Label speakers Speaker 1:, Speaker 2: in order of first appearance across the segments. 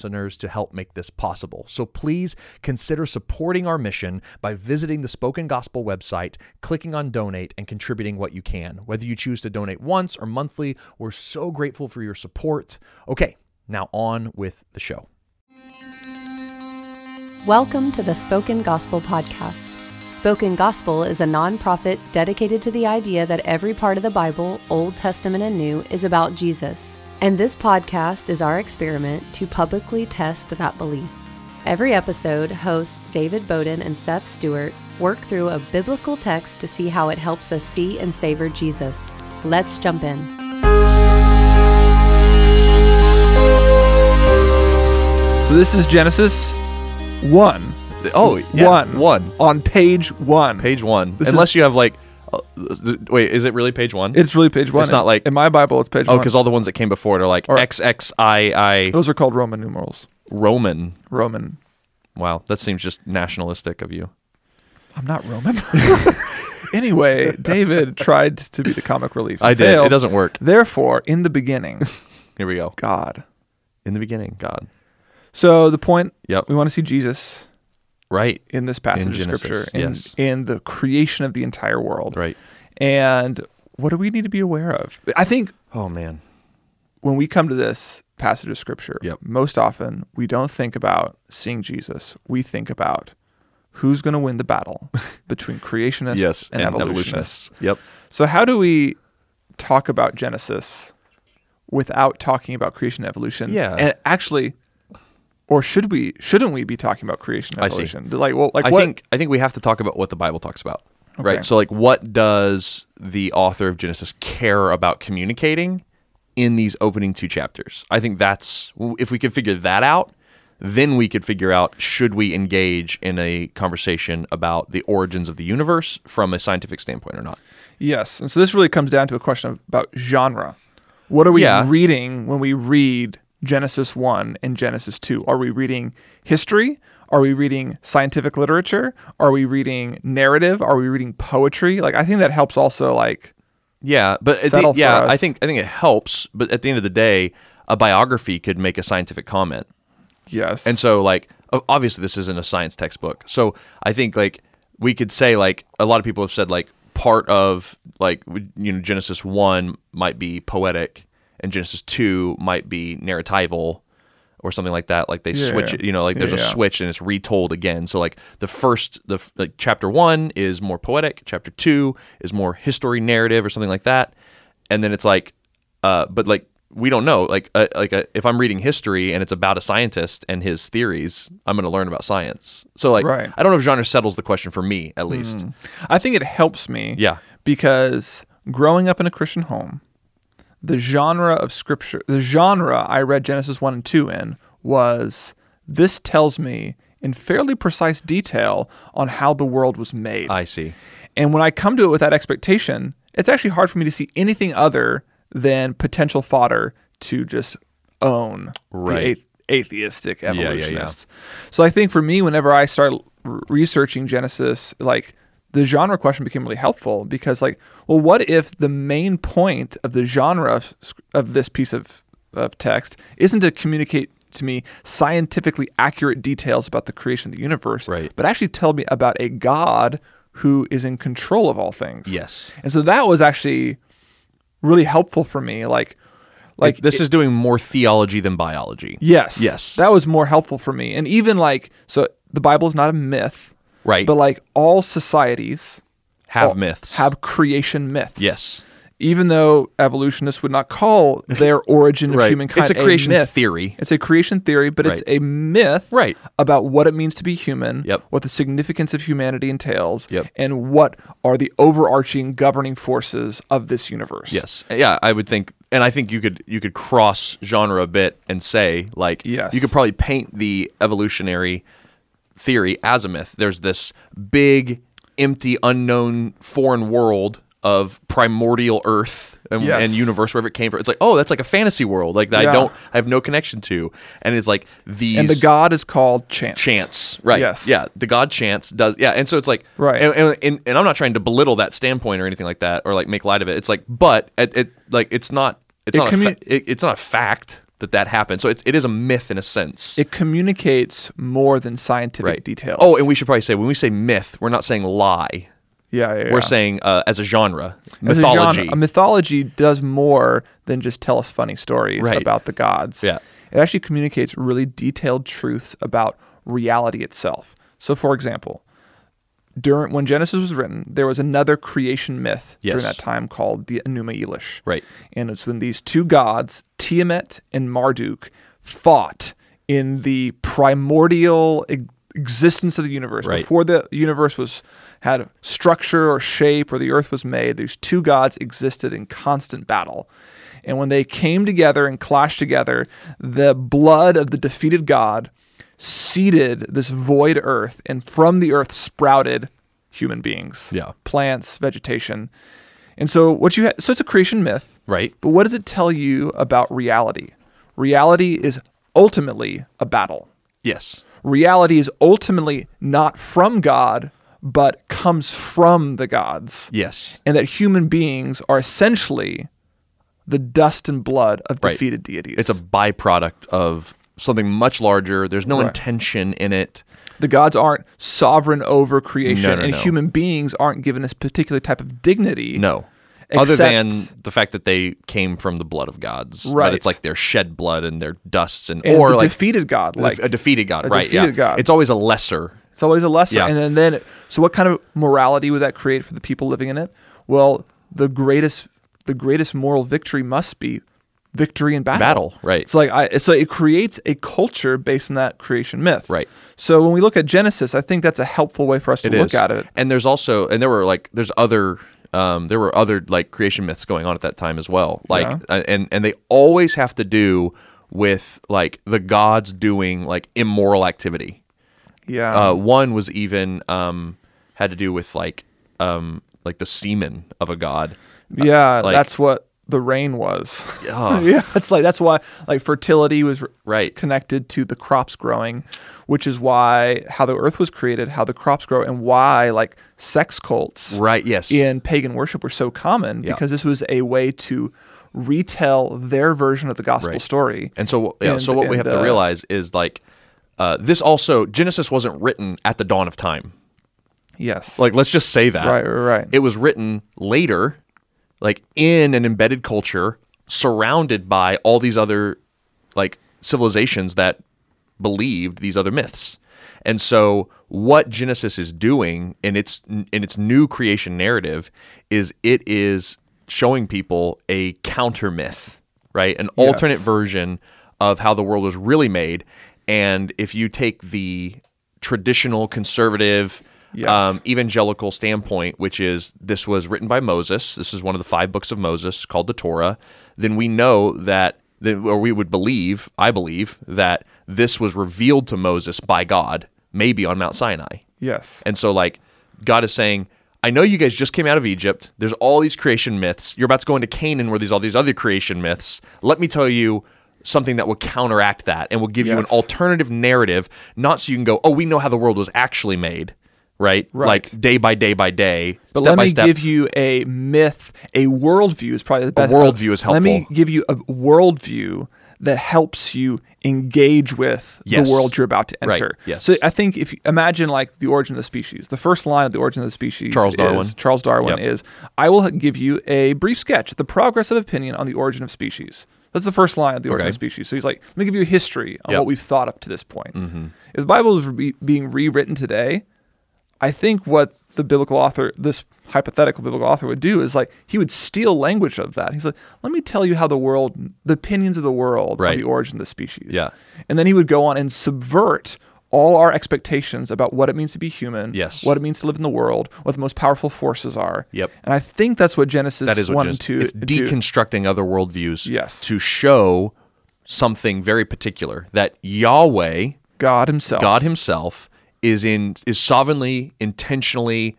Speaker 1: to help make this possible. So please consider supporting our mission by visiting the Spoken Gospel website, clicking on donate, and contributing what you can. Whether you choose to donate once or monthly, we're so grateful for your support. Okay, now on with the show.
Speaker 2: Welcome to the Spoken Gospel Podcast. Spoken Gospel is a nonprofit dedicated to the idea that every part of the Bible, Old Testament and New, is about Jesus. And this podcast is our experiment to publicly test that belief. Every episode, hosts David Bowden and Seth Stewart work through a biblical text to see how it helps us see and savor Jesus. Let's jump in.
Speaker 3: So this is Genesis one.
Speaker 4: Oh, yeah,
Speaker 3: One.
Speaker 4: one.
Speaker 3: On page one.
Speaker 4: Page one.
Speaker 3: This is-
Speaker 4: Unless you have like, uh, th- wait, is it really page one?
Speaker 3: It's really page one.
Speaker 4: It's not like-
Speaker 3: in my Bible. It's page
Speaker 4: oh,
Speaker 3: one.
Speaker 4: because all the ones that came before it are like
Speaker 3: Or-
Speaker 4: XXII
Speaker 3: those are called Roman numerals.
Speaker 4: Roman.
Speaker 3: Roman.
Speaker 4: Wow, that seems just nationalistic of you.
Speaker 3: I'm not Roman. anyway, David tried to be the comic relief.
Speaker 4: I
Speaker 3: He
Speaker 4: did. It
Speaker 3: failed.
Speaker 4: doesn't work.
Speaker 3: Therefore, in the beginning,
Speaker 4: Here we go.
Speaker 3: God.
Speaker 4: In the beginning, God.
Speaker 3: So the point.
Speaker 4: Yep.
Speaker 3: We want to see Jesus
Speaker 4: Right.
Speaker 3: in this passage
Speaker 4: In
Speaker 3: of
Speaker 4: Genesis,
Speaker 3: scripture in,
Speaker 4: yes.
Speaker 3: in the creation of the entire world.
Speaker 4: Right.
Speaker 3: And what do we need to be aware of? I think
Speaker 4: Oh man.
Speaker 3: when we come to this passage of scripture,
Speaker 4: Yep.
Speaker 3: most often we don't think about seeing Jesus. We think about who's going to win the battle between creationists
Speaker 4: Yes.
Speaker 3: and, evolutionists.
Speaker 4: evolutionists. Yep.
Speaker 3: So, how do we talk about Genesis without talking about creation and evolution?
Speaker 4: Yeah.
Speaker 3: And actually, or should we? Shouldn't we be talking about creation and
Speaker 4: I see.
Speaker 3: evolution? Like, well, like
Speaker 4: I
Speaker 3: what?
Speaker 4: think I think we have to talk about what the Bible talks about.
Speaker 3: Okay.
Speaker 4: Right. So like what does the author of Genesis care about communicating in these opening two chapters? I think that's if we could figure that out, then we could figure out should we engage in a conversation about the origins of the universe from a scientific standpoint or not.
Speaker 3: yes. And so, this really comes down to a question of- about genre. What are we
Speaker 4: Yeah.
Speaker 3: reading when we read Genesis one and Genesis two? Are we reading history? Are we reading scientific literature? Are we reading narrative? Are we reading poetry? Like, I think that helps also, like,
Speaker 4: Yeah, but at the-
Speaker 3: Settle for
Speaker 4: yeah, I
Speaker 3: us.
Speaker 4: think I think it helps, but at the end of the day, a biography could make a scientific comment.
Speaker 3: yes.
Speaker 4: And so like o- obviously this isn't a science textbook. So I think like we could say like a lot of people have said like part of like w- you know Genesis 1 might be poetic and Genesis 2 might be narratival or something like that like they
Speaker 3: Yeah,
Speaker 4: switch
Speaker 3: yeah.
Speaker 4: it you know like there's
Speaker 3: Yeah,
Speaker 4: a
Speaker 3: yeah.
Speaker 4: switch and it's retold again so like the first the f- like chapter 1 is more poetic chapter 2 is more history narrative or something like that and then it's like uh but like we don't know like uh, like uh, if i'm reading history and it's about a scientist and his theories i'm going to learn about science so like
Speaker 3: Right. Hmm.
Speaker 4: i don't know if genre settles the question for me at least
Speaker 3: I think it helps me.
Speaker 4: Yeah.
Speaker 3: Because growing up in a Christian home, the genre of scripture, the genre I read Genesis 1 and 2 in was this tells me in fairly precise detail on how the world was made.
Speaker 4: i see
Speaker 3: and when I come to it with that expectation, it's actually hard for me to see anything other than potential fodder to just own
Speaker 4: Right.
Speaker 3: the athe- atheistic
Speaker 4: yeah, yeah.
Speaker 3: evolutionists. So I think for me, whenever I started r- researching Genesis, like the genre question became really helpful because, like, well, what if the main point of the genre of, s- of this piece of, of text isn't to communicate to me scientifically accurate details about the creation of the universe,
Speaker 4: Right.
Speaker 3: but actually tell me about a God who is in control of all things.
Speaker 4: Yes.
Speaker 3: And so that was actually really helpful for me. Like,
Speaker 4: like,
Speaker 3: like
Speaker 4: this is doing more theology than biology
Speaker 3: Yes.
Speaker 4: Yes.
Speaker 3: That was more helpful for me. And even like, so the Bible is not a myth,
Speaker 4: Right.
Speaker 3: But like all societies
Speaker 4: have
Speaker 3: all-
Speaker 4: myths
Speaker 3: have creation myths.
Speaker 4: yes
Speaker 3: even though evolutionists would not call their origin of
Speaker 4: Right.
Speaker 3: humankind
Speaker 4: It's a creation
Speaker 3: myth.
Speaker 4: theory.
Speaker 3: It's a creation theory, but it's
Speaker 4: Right.
Speaker 3: a myth
Speaker 4: Right.
Speaker 3: about what it means to be human,
Speaker 4: Yep.
Speaker 3: what the significance of humanity entails,
Speaker 4: Yep.
Speaker 3: and what are the overarching governing forces of this universe.
Speaker 4: Yes. Yeah, I would think and I think you could you could cross genre a bit and say like
Speaker 3: Yes.
Speaker 4: you could probably paint the evolutionary theory as a myth. There's this big empty unknown foreign world of primordial earth and,
Speaker 3: Yes.
Speaker 4: and universe wherever it came from. It's like, oh, that's like a fantasy world like that
Speaker 3: Yeah.
Speaker 4: I don't I have no connection to. And it's like these
Speaker 3: And the god is called chance.
Speaker 4: chance right
Speaker 3: Yes.
Speaker 4: yeah the god chance does yeah and so it's like
Speaker 3: Right.
Speaker 4: and, and- and, and i'm not trying to belittle that standpoint or anything like that or like make light of it it's like but it, it like it's not it's
Speaker 3: It
Speaker 4: not a
Speaker 3: commu-
Speaker 4: fa- it, it's not a fact that that happened so it's, it is a myth in a sense
Speaker 3: It communicates more than scientific
Speaker 4: right
Speaker 3: details.
Speaker 4: oh and we should probably say when we say myth we're not saying lie
Speaker 3: yeah, yeah,
Speaker 4: we're
Speaker 3: yeah.
Speaker 4: saying uh, as a genre
Speaker 3: As a genre,
Speaker 4: mythology
Speaker 3: A, mythology does more than just tell us funny stories
Speaker 4: Right.
Speaker 3: about the gods.
Speaker 4: Yeah.
Speaker 3: It actually communicates really detailed truths about reality itself. So, for example, during when Genesis was written, there was another creation myth during
Speaker 4: Yes.
Speaker 3: that time called the Enuma Elish.
Speaker 4: Right.
Speaker 3: And it's when these two gods, Tiamat and Marduk, fought in the primordial e- existence of the universe
Speaker 4: Right.
Speaker 3: before the universe was had structure or shape or the earth was made these two gods existed in constant battle and when they came together and clashed together the blood of the defeated god seeded this void earth and from the earth sprouted human beings
Speaker 4: Yeah.
Speaker 3: plants vegetation and so what you ha- so it's a creation myth
Speaker 4: right
Speaker 3: but what does it tell you about reality reality is ultimately a battle
Speaker 4: yes
Speaker 3: reality is ultimately not from God, but comes from the gods.
Speaker 4: yes
Speaker 3: And that human beings are essentially the dust and blood of
Speaker 4: Right.
Speaker 3: defeated deities.
Speaker 4: it's a byproduct of something much larger there's no
Speaker 3: Right.
Speaker 4: intention in it
Speaker 3: the gods aren't sovereign over creation,
Speaker 4: No, no,
Speaker 3: and
Speaker 4: no.
Speaker 3: human beings aren't given this particular type of dignity.
Speaker 4: No. Other than
Speaker 3: Except-
Speaker 4: the fact that they came from the blood of gods. But
Speaker 3: Right.
Speaker 4: it's like their shed blood and their dusts and,
Speaker 3: And
Speaker 4: or
Speaker 3: the
Speaker 4: like
Speaker 3: defeated god,
Speaker 4: a-
Speaker 3: like
Speaker 4: a defeated god,
Speaker 3: a
Speaker 4: right? yeah.
Speaker 3: defeated god.
Speaker 4: It's always a lesser.
Speaker 3: It's always a lesser.
Speaker 4: Yeah.
Speaker 3: And then, then, so what kind of morality would that create for the people living in it? Well, the greatest, the greatest moral victory must be victory in battle.
Speaker 4: Battle, right.
Speaker 3: It's like I. So it creates a culture based on that creation myth.
Speaker 4: Right.
Speaker 3: So when we look at Genesis, I think that's a helpful way for us to
Speaker 4: It
Speaker 3: look
Speaker 4: is.
Speaker 3: at it.
Speaker 4: And there's also and there were like there's other um, there were other like creation myths going on at that time as well. Like
Speaker 3: Yeah.
Speaker 4: uh, and and they always have to do with like the gods doing like immoral activity.
Speaker 3: Yeah.
Speaker 4: Uh, one was even um, had to do with like um, like the semen of a god.
Speaker 3: yeah.
Speaker 4: like-
Speaker 3: that's what the rain was.
Speaker 4: Ugh.
Speaker 3: yeah. It's like that's why like fertility was r-
Speaker 4: Right.
Speaker 3: connected to the crops growing, which is why how the earth was created, how the crops grow, and why like sex cults.
Speaker 4: Right, yes.
Speaker 3: in pagan worship were so common
Speaker 4: Yeah.
Speaker 3: because this was a way to retell their version of the gospel
Speaker 4: Right.
Speaker 3: story.
Speaker 4: And so, yeah,
Speaker 3: And-
Speaker 4: so what we
Speaker 3: and,
Speaker 4: have to
Speaker 3: uh,
Speaker 4: realize is like uh, this also Genesis wasn't written at the dawn of time.
Speaker 3: Yes.
Speaker 4: Like, let's just say that.
Speaker 3: Right, right, right.
Speaker 4: It was written later, like in an embedded culture, surrounded by all these other like civilizations that believed these other myths. And so, what Genesis is doing in its in its new creation narrative is it is showing people a counter myth, right? An alternate version of how the world was really made. And if you take the traditional conservative
Speaker 3: Yes.
Speaker 4: um, evangelical standpoint, which is this was written by Moses. This is one of the five books of Moses called the Torah. Then we know that, that or we would believe, I believe, that this was revealed to Moses by God, maybe on Mount Sinai.
Speaker 3: yes.
Speaker 4: And so, like, God is saying, I know you guys just came out of Egypt. There's all these creation myths. You're about to go into Canaan where there's all these other creation myths. Let me tell you something that will counteract that and will give you an
Speaker 3: Yes.
Speaker 4: alternative narrative, not so you can go, oh, we know how the world was actually made, right?
Speaker 3: Right.
Speaker 4: Like day by day by day,
Speaker 3: But
Speaker 4: step
Speaker 3: let
Speaker 4: by
Speaker 3: me
Speaker 4: step.
Speaker 3: give you a myth, a worldview is probably the best.
Speaker 4: worldview is
Speaker 3: Let me
Speaker 4: helpful.
Speaker 3: give you a worldview that helps you engage with
Speaker 4: Yes.
Speaker 3: the world you're about to
Speaker 4: Right,
Speaker 3: enter.
Speaker 4: yes.
Speaker 3: So I think if you imagine like the origin of the species, the first line of the origin of the species
Speaker 4: Charles
Speaker 3: is-
Speaker 4: Darwin.
Speaker 3: Charles Darwin
Speaker 4: Yep.
Speaker 3: is I will give you a brief sketch, the progress of opinion on the origin of species. That's the first line of the origin
Speaker 4: Okay.
Speaker 3: of species. So he's like, let me give you a history
Speaker 4: Yep.
Speaker 3: on
Speaker 4: Mm-hmm.
Speaker 3: what we've thought up to this point. If the Bible is re- being rewritten today, I think what the biblical author, this hypothetical biblical author, would do is like he would steal language of that. He's like, let me tell you how the world, the opinions of the world, are
Speaker 4: Right.
Speaker 3: the origin of the species.
Speaker 4: Yeah.
Speaker 3: and then he would go on and subvert all our expectations about what it means to be human.
Speaker 4: Yes.
Speaker 3: what it means to live in the world, what the most powerful forces are.
Speaker 4: Yep.
Speaker 3: and I think that's what Genesis
Speaker 4: That is what
Speaker 3: one
Speaker 4: it is.
Speaker 3: and two
Speaker 4: It's
Speaker 3: do.
Speaker 4: deconstructing other worldviews
Speaker 3: Yes.
Speaker 4: to show something very particular that Yahweh,
Speaker 3: God Himself.
Speaker 4: God Himself, is in is sovereignly, intentionally,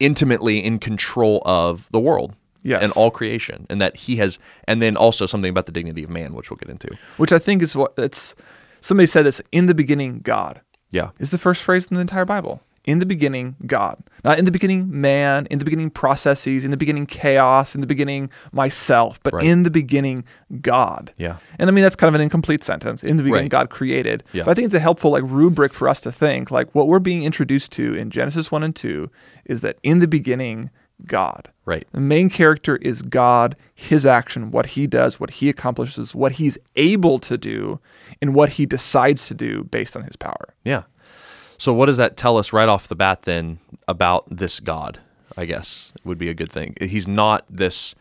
Speaker 4: intimately in control of the world.
Speaker 3: Yes.
Speaker 4: And all creation. And that he has and then also something about the dignity of man, which we'll get into.
Speaker 3: which I think is what it's. Somebody said this in the beginning, God.
Speaker 4: Yeah.
Speaker 3: is the first phrase in the entire Bible. In the beginning, God. Not in the beginning, man, in the beginning, processes, in the beginning, chaos, in the beginning, myself, but
Speaker 4: Right.
Speaker 3: in the beginning, God.
Speaker 4: Yeah.
Speaker 3: And I mean, that's kind of an incomplete sentence. In the beginning,
Speaker 4: Right.
Speaker 3: God created.
Speaker 4: Yeah.
Speaker 3: But I think it's a helpful like rubric for us to think like what we're being introduced to in Genesis 1 and 2 is that in the beginning, God.
Speaker 4: Right.
Speaker 3: The main character is God, his action, what he does, what he accomplishes, what he's able to do, and what he decides to do based on his power.
Speaker 4: Yeah. So what does that tell us right off the bat then about this God? I guess would be a good thing. He's not this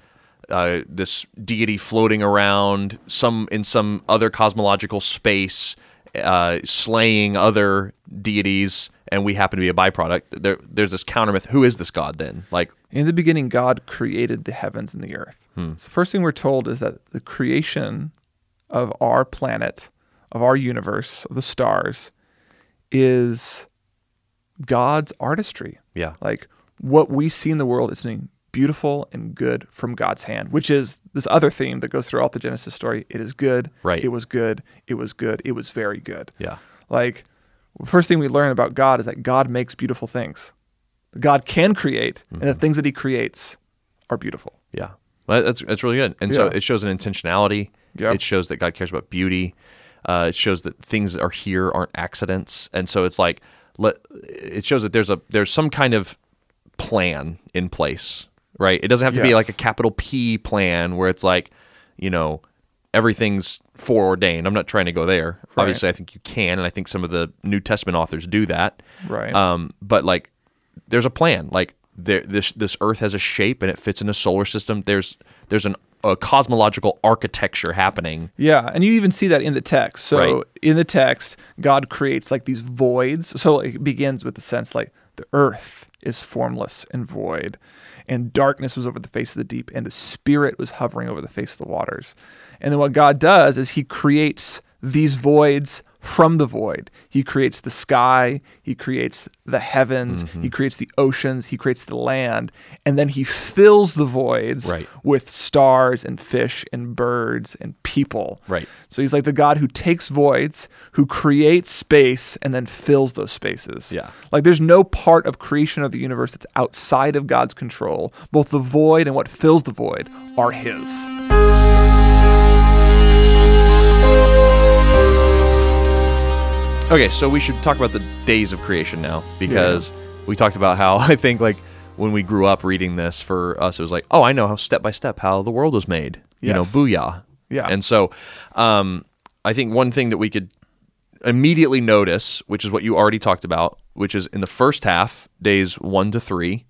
Speaker 4: uh, this deity floating around some in some other cosmological space, uh, slaying other deities, and we happen to be a byproduct. There, there's this countermyth. Who is this God then? Like,
Speaker 3: In the beginning, God created the heavens and the earth. So, first thing we're told is that the creation of our planet, of our universe, of the stars, is God's artistry.
Speaker 4: yeah,
Speaker 3: Like what we see in the world is something beautiful and good from God's hand, which is this other theme that goes throughout the Genesis story. It is good.
Speaker 4: Right.
Speaker 3: It was good. It was good. It was very good.
Speaker 4: yeah,
Speaker 3: Like, first thing we learn about God is that God makes beautiful things. God can create, and the
Speaker 4: Mm-hmm.
Speaker 3: things that He creates are beautiful.
Speaker 4: yeah. Well, that's that's really good. And so
Speaker 3: Yeah.
Speaker 4: it shows an intentionality.
Speaker 3: Yep.
Speaker 4: It shows that God cares about beauty. Uh, it shows that things that are here aren't accidents. And so it's like let it shows that there's a there's some kind of plan in place, right? It doesn't have to be
Speaker 3: Yes.
Speaker 4: like a capital P plan where it's like, you know, everything's foreordained. I'm not trying to go there. Obviously, I think you can, and I think some of the New Testament authors do that.
Speaker 3: Right.
Speaker 4: Um, but like, there's a plan. Like there, this this Earth has a shape and it fits in a solar system. There's there's an a cosmological architecture happening.
Speaker 3: Yeah, and you even see that in the text. So
Speaker 4: Right.
Speaker 3: in the text, God creates like these voids. So it begins with the sense like the earth is formless and void, and darkness was over the face of the deep, and the spirit was hovering over the face of the waters. And then what God does is he creates these voids from the void. He creates the sky, he creates the heavens, he creates the oceans, he creates the land, and then he fills the voids
Speaker 4: Right.
Speaker 3: with stars and fish and birds and people.
Speaker 4: Right.
Speaker 3: So he's like the God who takes voids, who creates space, and then fills those spaces.
Speaker 4: Yeah.
Speaker 3: Like there's no part of creation of the universe that's outside of God's control. Both the void and what fills the void are his.
Speaker 4: Okay, so we should talk about the days of creation now because we talked about how I think like when we grew up reading this for us, it was like, oh, I know how step by step how the world was made. You know,
Speaker 3: Yes.
Speaker 4: booyah.
Speaker 3: Yeah.
Speaker 4: And so, um, I think one thing that we could immediately notice, which is what you already talked about, which is in the first half, days one to three,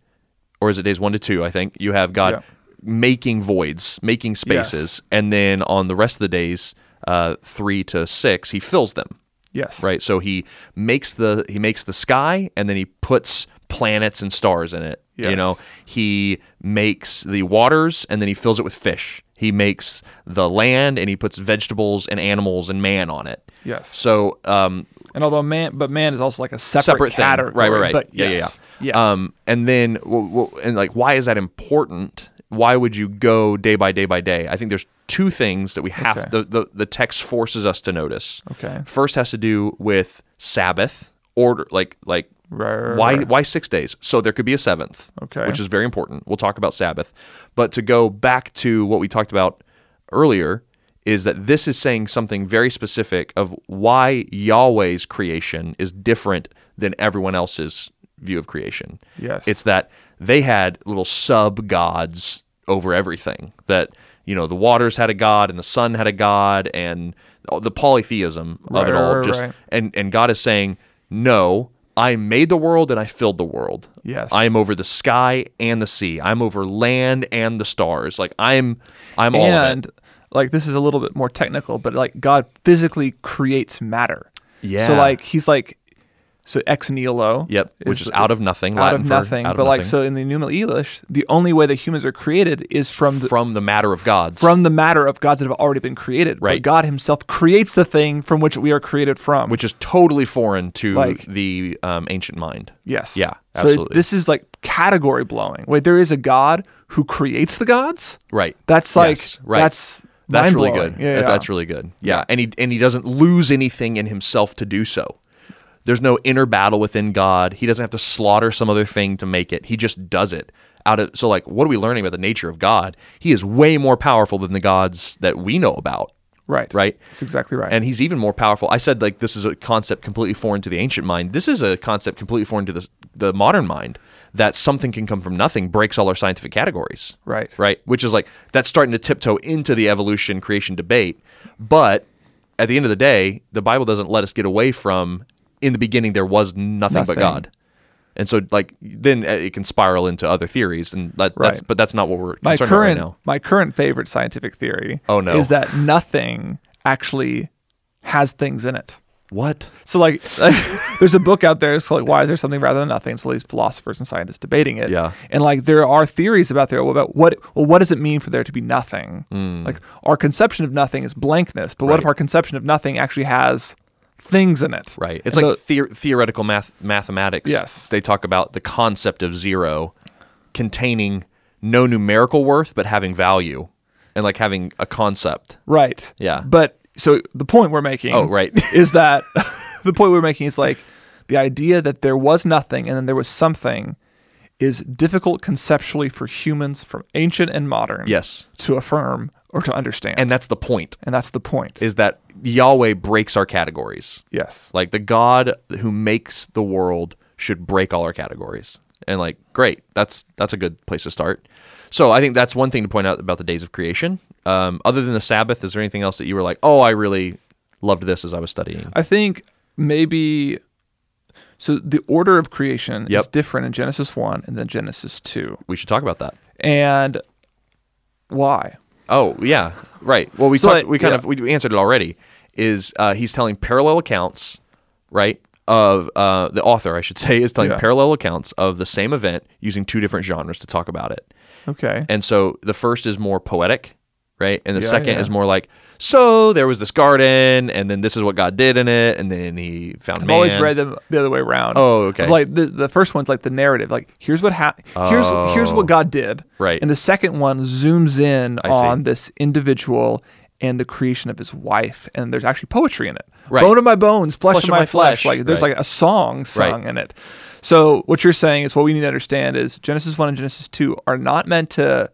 Speaker 4: or is it days one to two? I think you have God
Speaker 3: Yeah.
Speaker 4: making voids, making spaces, and then on the rest of the days, uh, three to six, He fills them
Speaker 3: Yes.
Speaker 4: right so he makes the he makes the sky and then he puts planets and stars in it you
Speaker 3: Yes.
Speaker 4: know he makes the waters and then he fills it with fish he makes the land and he puts vegetables and animals and man on it
Speaker 3: Yes.
Speaker 4: so um,
Speaker 3: And although man, but man is also like a separate,
Speaker 4: separate, thing.
Speaker 3: category.
Speaker 4: Right, right, right.
Speaker 3: But
Speaker 4: yeah,
Speaker 3: yes.
Speaker 4: yeah, yeah.
Speaker 3: Yes.
Speaker 4: Um, and then, w- w- and like, why is that important? Why would you go day by day by day? I think there's two things that we have.
Speaker 3: Okay.
Speaker 4: The, the the text forces us to notice.
Speaker 3: Okay.
Speaker 4: First has to do with Sabbath order, like like
Speaker 3: Right, right, right,
Speaker 4: why
Speaker 3: right.
Speaker 4: why six days? So there could be a seventh.
Speaker 3: Okay.
Speaker 4: Which is very important. We'll talk about Sabbath, but to go back to what we talked about earlier is that this is saying something very specific of why Yahweh's creation is different than everyone else's view of creation.
Speaker 3: Yes.
Speaker 4: It's that they had little sub gods over everything. That you know, the waters had a god and the sun had a god and the polytheism of
Speaker 3: Right,
Speaker 4: it all
Speaker 3: right,
Speaker 4: just
Speaker 3: right.
Speaker 4: and and God is saying no I made the world and I filled the world.
Speaker 3: Yes.
Speaker 4: I am over the sky and the sea. I'm over land and the stars. Like I'm I'm all of it.
Speaker 3: and like this is a little bit more technical, but like God physically creates matter.
Speaker 4: Yeah.
Speaker 3: So like he's like so ex nihilo.
Speaker 4: Yep, which is out of nothing,
Speaker 3: Out
Speaker 4: Latin
Speaker 3: of
Speaker 4: for
Speaker 3: nothing.
Speaker 4: out of
Speaker 3: but like
Speaker 4: nothing.
Speaker 3: so in the New Middle English, the only way that humans are created is from the
Speaker 4: from the matter of gods.
Speaker 3: from the matter of gods that have already been created.
Speaker 4: Right.
Speaker 3: But God himself creates the thing from which we are created from.
Speaker 4: which is totally foreign to
Speaker 3: Like-
Speaker 4: the um, ancient mind.
Speaker 3: yes.
Speaker 4: Yeah,
Speaker 3: So it-
Speaker 4: absolutely.
Speaker 3: this is like category blowing. Wait, there is a God who creates the gods?
Speaker 4: Right.
Speaker 3: That's like
Speaker 4: Yes,
Speaker 3: that's
Speaker 4: that's really
Speaker 3: mind-blowing.
Speaker 4: good.
Speaker 3: Yeah,
Speaker 4: That-
Speaker 3: yeah.
Speaker 4: That's really good. Yeah. And he and he doesn't lose anything in himself to do so. There's no inner battle within God. He doesn't have to slaughter some other thing to make it. He just does it. Out of so like what are we learning about the nature of God? He is way more powerful than the gods that we know about.
Speaker 3: right.
Speaker 4: Right?
Speaker 3: That's exactly right.
Speaker 4: And he's even more powerful. I said like this is a concept completely foreign to the ancient mind. This is a concept completely foreign to the the modern mind that something can come from nothing breaks all our scientific categories.
Speaker 3: Right.
Speaker 4: Right? Which is like that's starting to tiptoe into the evolution creation debate, but at the end of the day, the Bible doesn't let us get away from in the beginning there was nothing, but
Speaker 3: Nothing.
Speaker 4: God. And so like then uh, it can spiral into other theories and that, that's
Speaker 3: Right.
Speaker 4: but that's not what we're
Speaker 3: my
Speaker 4: concerned
Speaker 3: current
Speaker 4: about right now.
Speaker 3: my current favorite scientific theory
Speaker 4: Oh, no.
Speaker 3: is that nothing actually has things in it
Speaker 4: What?
Speaker 3: so like, like, there's a book out there so like why is there something rather than nothing so these philosophers and scientists debating it
Speaker 4: Yeah.
Speaker 3: and like there are theories about there about what well what does it mean for there to be nothing like our conception of nothing is blankness but what if
Speaker 4: Hmm. Right.
Speaker 3: our conception of nothing actually has things in it
Speaker 4: Right. It's
Speaker 3: And
Speaker 4: like
Speaker 3: the-
Speaker 4: theor theoretical math mathematics.
Speaker 3: Yes.
Speaker 4: They talk about the concept of zero containing no numerical worth but having value and like having a concept.
Speaker 3: Right.
Speaker 4: Yeah.
Speaker 3: But so the point we're making
Speaker 4: Oh, right.
Speaker 3: is that the point we're making is like the idea that there was nothing and then there was something is difficult conceptually for humans from ancient and modern
Speaker 4: Yes.
Speaker 3: to affirm or to understand.
Speaker 4: And that's the point
Speaker 3: and that's the point.
Speaker 4: is that Yahweh breaks our categories.
Speaker 3: yes.
Speaker 4: Like the God who makes the world should break all our categories. And like, great, that's that's a good place to start. So I think that's one thing to point out about the days of creation. Um, other than the Sabbath, is there anything else that you were like, oh, I really loved this as I was studying?
Speaker 3: I think maybe so the order of creation is
Speaker 4: Yep.
Speaker 3: different in Genesis 1 and then Genesis 2.
Speaker 4: We should talk about that.
Speaker 3: And why?
Speaker 4: Oh yeah, right. Well, we
Speaker 3: So,
Speaker 4: talked,
Speaker 3: like,
Speaker 4: we kind
Speaker 3: yeah.
Speaker 4: of we answered it already. Is uh, he's telling parallel accounts, right? Of uh, the author, I should say, is telling
Speaker 3: Yeah.
Speaker 4: parallel accounts of the same event using two different genres to talk about it.
Speaker 3: Okay.
Speaker 4: And so the first is more poetic, right? And the
Speaker 3: Yeah,
Speaker 4: second
Speaker 3: yeah.
Speaker 4: is more like, so there was this garden, and then this is what God did in it, and then he found
Speaker 3: I've
Speaker 4: Oh, man.
Speaker 3: always read them the other way around.
Speaker 4: Oh, okay.
Speaker 3: Like the, the first one's like the narrative. Like here's what happened. Here's here's what God did.
Speaker 4: Oh. Right.
Speaker 3: And the second one zooms in
Speaker 4: see.
Speaker 3: on this individual and the creation of his wife. And there's actually poetry in it.
Speaker 4: Right.
Speaker 3: Bone of my bones, flesh,
Speaker 4: Flesh
Speaker 3: of my, flesh. Like there's
Speaker 4: Right.
Speaker 3: like a song
Speaker 4: Right.
Speaker 3: sung in it. So what you're saying is what we need to understand is Genesis one and Genesis two are not meant to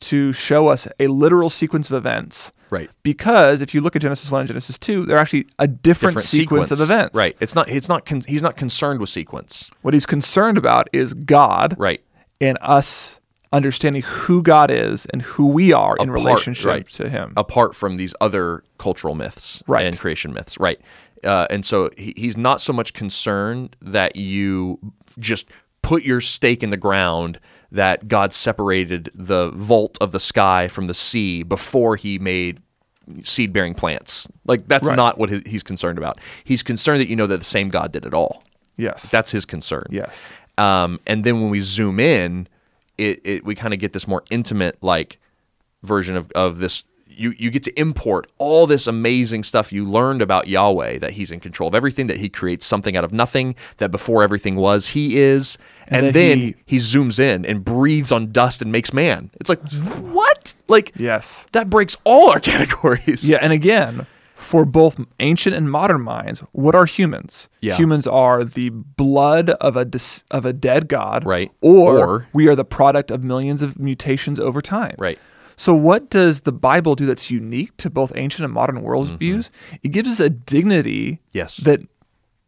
Speaker 3: to show us a literal sequence of events.
Speaker 4: Right.
Speaker 3: Because if you look at Genesis one and Genesis two, they're actually a different,
Speaker 4: different
Speaker 3: sequence, of events.
Speaker 4: right? It's not. It's not. Con- he's not concerned with sequence,
Speaker 3: What he's concerned about is God
Speaker 4: right?
Speaker 3: and us understanding who God is and who we are in
Speaker 4: Apart,
Speaker 3: relationship
Speaker 4: right.
Speaker 3: to him.
Speaker 4: apart from these other cultural myths
Speaker 3: Right.
Speaker 4: and creation myths, right? Uh, and so he, he's not so much concerned that you just put your stake in the ground that God separated the vault of the sky from the sea before he made seed bearing plants. Like, that's
Speaker 3: Right.
Speaker 4: not what he- he's concerned about. He's concerned that you know that the same God did it all.
Speaker 3: Yes.
Speaker 4: That's his concern.
Speaker 3: yes.
Speaker 4: Um, and then when we zoom in, it, it we kind of get this more intimate like version of, of this. You you get to import all this amazing stuff you learned about Yahweh that He's in control of everything, that He creates something out of nothing, that before everything was He is, and,
Speaker 3: that
Speaker 4: then
Speaker 3: He-
Speaker 4: he, zooms in and breathes on dust and makes man. It's like what? Like
Speaker 3: Yes.
Speaker 4: that breaks all our categories.
Speaker 3: Yeah, and again, for both ancient and modern minds, what are humans?
Speaker 4: Yeah.
Speaker 3: Humans are the blood of a dis- of a dead god,
Speaker 4: Right.
Speaker 3: Or,
Speaker 4: Or-
Speaker 3: we are the product of millions of mutations over time,
Speaker 4: Right.
Speaker 3: So what does the Bible do that's unique to both ancient and modern worldviews? It gives us a dignity,
Speaker 4: Mm-hmm. Yes.
Speaker 3: that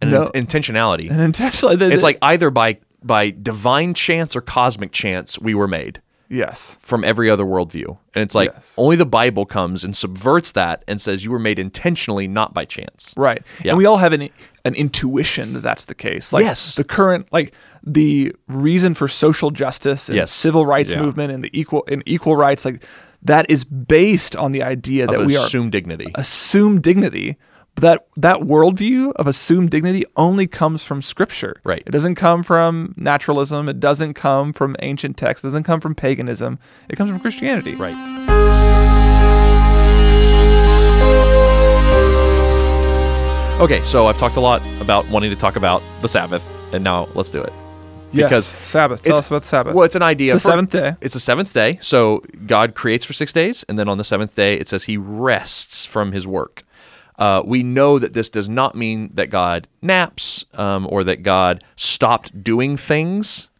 Speaker 4: and
Speaker 3: no,
Speaker 4: in- intentionality.
Speaker 3: an intentional.
Speaker 4: it's like either by by divine chance or cosmic chance we were made.
Speaker 3: Yes.
Speaker 4: from every other worldview. And it's like
Speaker 3: Yes.
Speaker 4: only the Bible comes and subverts that and says you were made intentionally, not by chance.
Speaker 3: Right.
Speaker 4: Yeah.
Speaker 3: And we all have an an intuition that that's the case. Like
Speaker 4: Yes.
Speaker 3: the current like the reason for social justice and
Speaker 4: Yes.
Speaker 3: civil rights
Speaker 4: Yeah.
Speaker 3: movement and the equal and equal rights like that is based on the idea that
Speaker 4: Of
Speaker 3: we are
Speaker 4: assumed dignity.
Speaker 3: assume dignity. But that that worldview of assumed dignity only comes from scripture.
Speaker 4: Right.
Speaker 3: It doesn't come from naturalism. It doesn't come from ancient texts. It doesn't come from paganism. It comes from Christianity.
Speaker 4: right. Okay, so I've talked a lot about wanting to talk about the Sabbath, and now let's do it.
Speaker 3: Yes.
Speaker 4: Because
Speaker 3: Sabbath. Tell
Speaker 4: it's-
Speaker 3: us about the Sabbath.
Speaker 4: Well, it's an idea.
Speaker 3: It's the
Speaker 4: for-
Speaker 3: seventh day.
Speaker 4: It's the seventh day. So God creates for six days, and then on the seventh day, it says He rests from His work. Uh, we know that this does not mean that God naps um, or that God stopped doing things,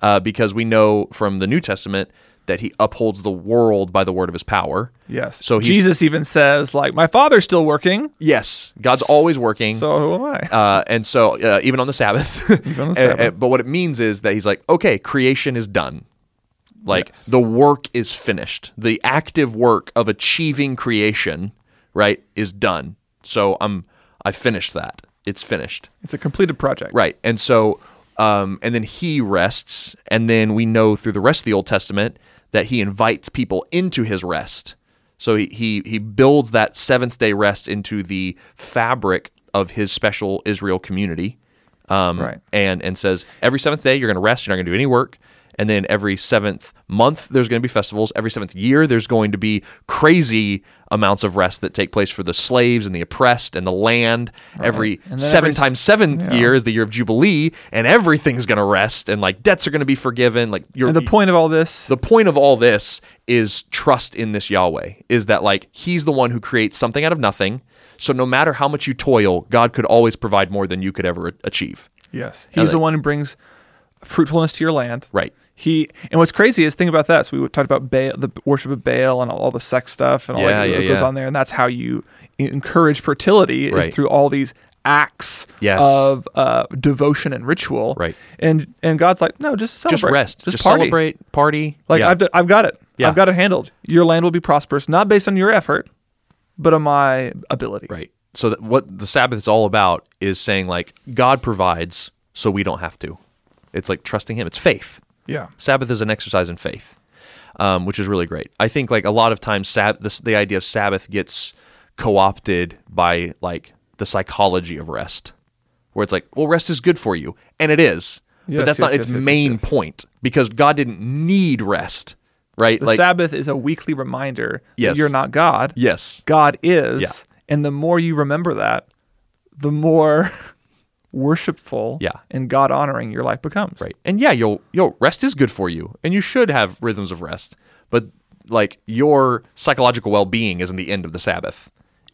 Speaker 4: uh, because we know from the New Testament that He upholds the world by the word of His power.
Speaker 3: Yes.
Speaker 4: So he's-
Speaker 3: Jesus even says, like, my father's still working,
Speaker 4: Yes, God's always working.
Speaker 3: so who am I?
Speaker 4: uh, and so uh, even on the Sabbath.
Speaker 3: on the
Speaker 4: And-
Speaker 3: Sabbath.
Speaker 4: and- but what it means is that he's like, okay, creation is done. Like
Speaker 3: Yes.
Speaker 4: the work is finished. The active work of achieving creation, right, is done. So I'm I finished that. It's finished.
Speaker 3: It's a completed project.
Speaker 4: Right. And so, um, and then he rests. And then we know through the rest of the Old Testament that he invites people into his rest. So he, he, he builds that seventh day rest into the fabric of his special Israel community. Um,
Speaker 3: Right.
Speaker 4: And, and says, every seventh day, you're going to rest. You're not going to do any work. And then every seventh month, there's going to be festivals. Every seventh year, there's going to be crazy amounts of rest that take place for the slaves and the oppressed and the land. Every
Speaker 3: And then
Speaker 4: seven
Speaker 3: every s-
Speaker 4: times seventh year is the year of jubilee and everything's going to rest and like debts are going to be forgiven like you're,
Speaker 3: And the point of all this,
Speaker 4: the point of all this is trust in this yahweh is that like he's the one who creates something out of nothing so no matter how much you toil god could always provide more than you could ever achieve
Speaker 3: yes,
Speaker 4: Yeah,
Speaker 3: he's the
Speaker 4: like-
Speaker 3: one who brings fruitfulness to your land.
Speaker 4: Right.
Speaker 3: He and what's crazy is think about that. So we talked about Baal, the worship of Baal and all, the sex stuff and all
Speaker 4: Yeah,
Speaker 3: that
Speaker 4: yeah,
Speaker 3: that goes
Speaker 4: yeah.
Speaker 3: on there, and that's how you encourage fertility
Speaker 4: Right.
Speaker 3: is through all these acts
Speaker 4: Yes.
Speaker 3: of uh, devotion and ritual.
Speaker 4: Right.
Speaker 3: And and God's like, no, just celebrate,
Speaker 4: just rest
Speaker 3: just,
Speaker 4: just,
Speaker 3: party.
Speaker 4: celebrate party
Speaker 3: Like
Speaker 4: Yeah.
Speaker 3: I've, I've got it.
Speaker 4: Yeah.
Speaker 3: I've got it handled. Your land will be prosperous, not based on your effort, but on my ability.
Speaker 4: right so that what the sabbath is all about is saying like god provides so we don't have to it's like trusting him it's faith
Speaker 3: Yeah.
Speaker 4: Sabbath is an exercise in faith, um, which is really great. I think like a lot of times, sab- this, the idea of Sabbath gets co-opted by like the psychology of rest, where it's like, well, rest is good for you, and it is, but
Speaker 3: Yes,
Speaker 4: that's not
Speaker 3: yes,
Speaker 4: its
Speaker 3: yes, yes,
Speaker 4: main
Speaker 3: yes, yes.
Speaker 4: point because God didn't need rest, right?
Speaker 3: The
Speaker 4: like,
Speaker 3: Sabbath is a weekly reminder
Speaker 4: Yes.
Speaker 3: that you're not God.
Speaker 4: yes,
Speaker 3: God is.
Speaker 4: Yeah.
Speaker 3: And the more you remember that, the more worshipful
Speaker 4: Yeah.
Speaker 3: and God honoring your life becomes.
Speaker 4: right, and yeah, you'll you'll rest is good for you, and you should have rhythms of rest, but like your psychological well-being isn't the end of the Sabbath.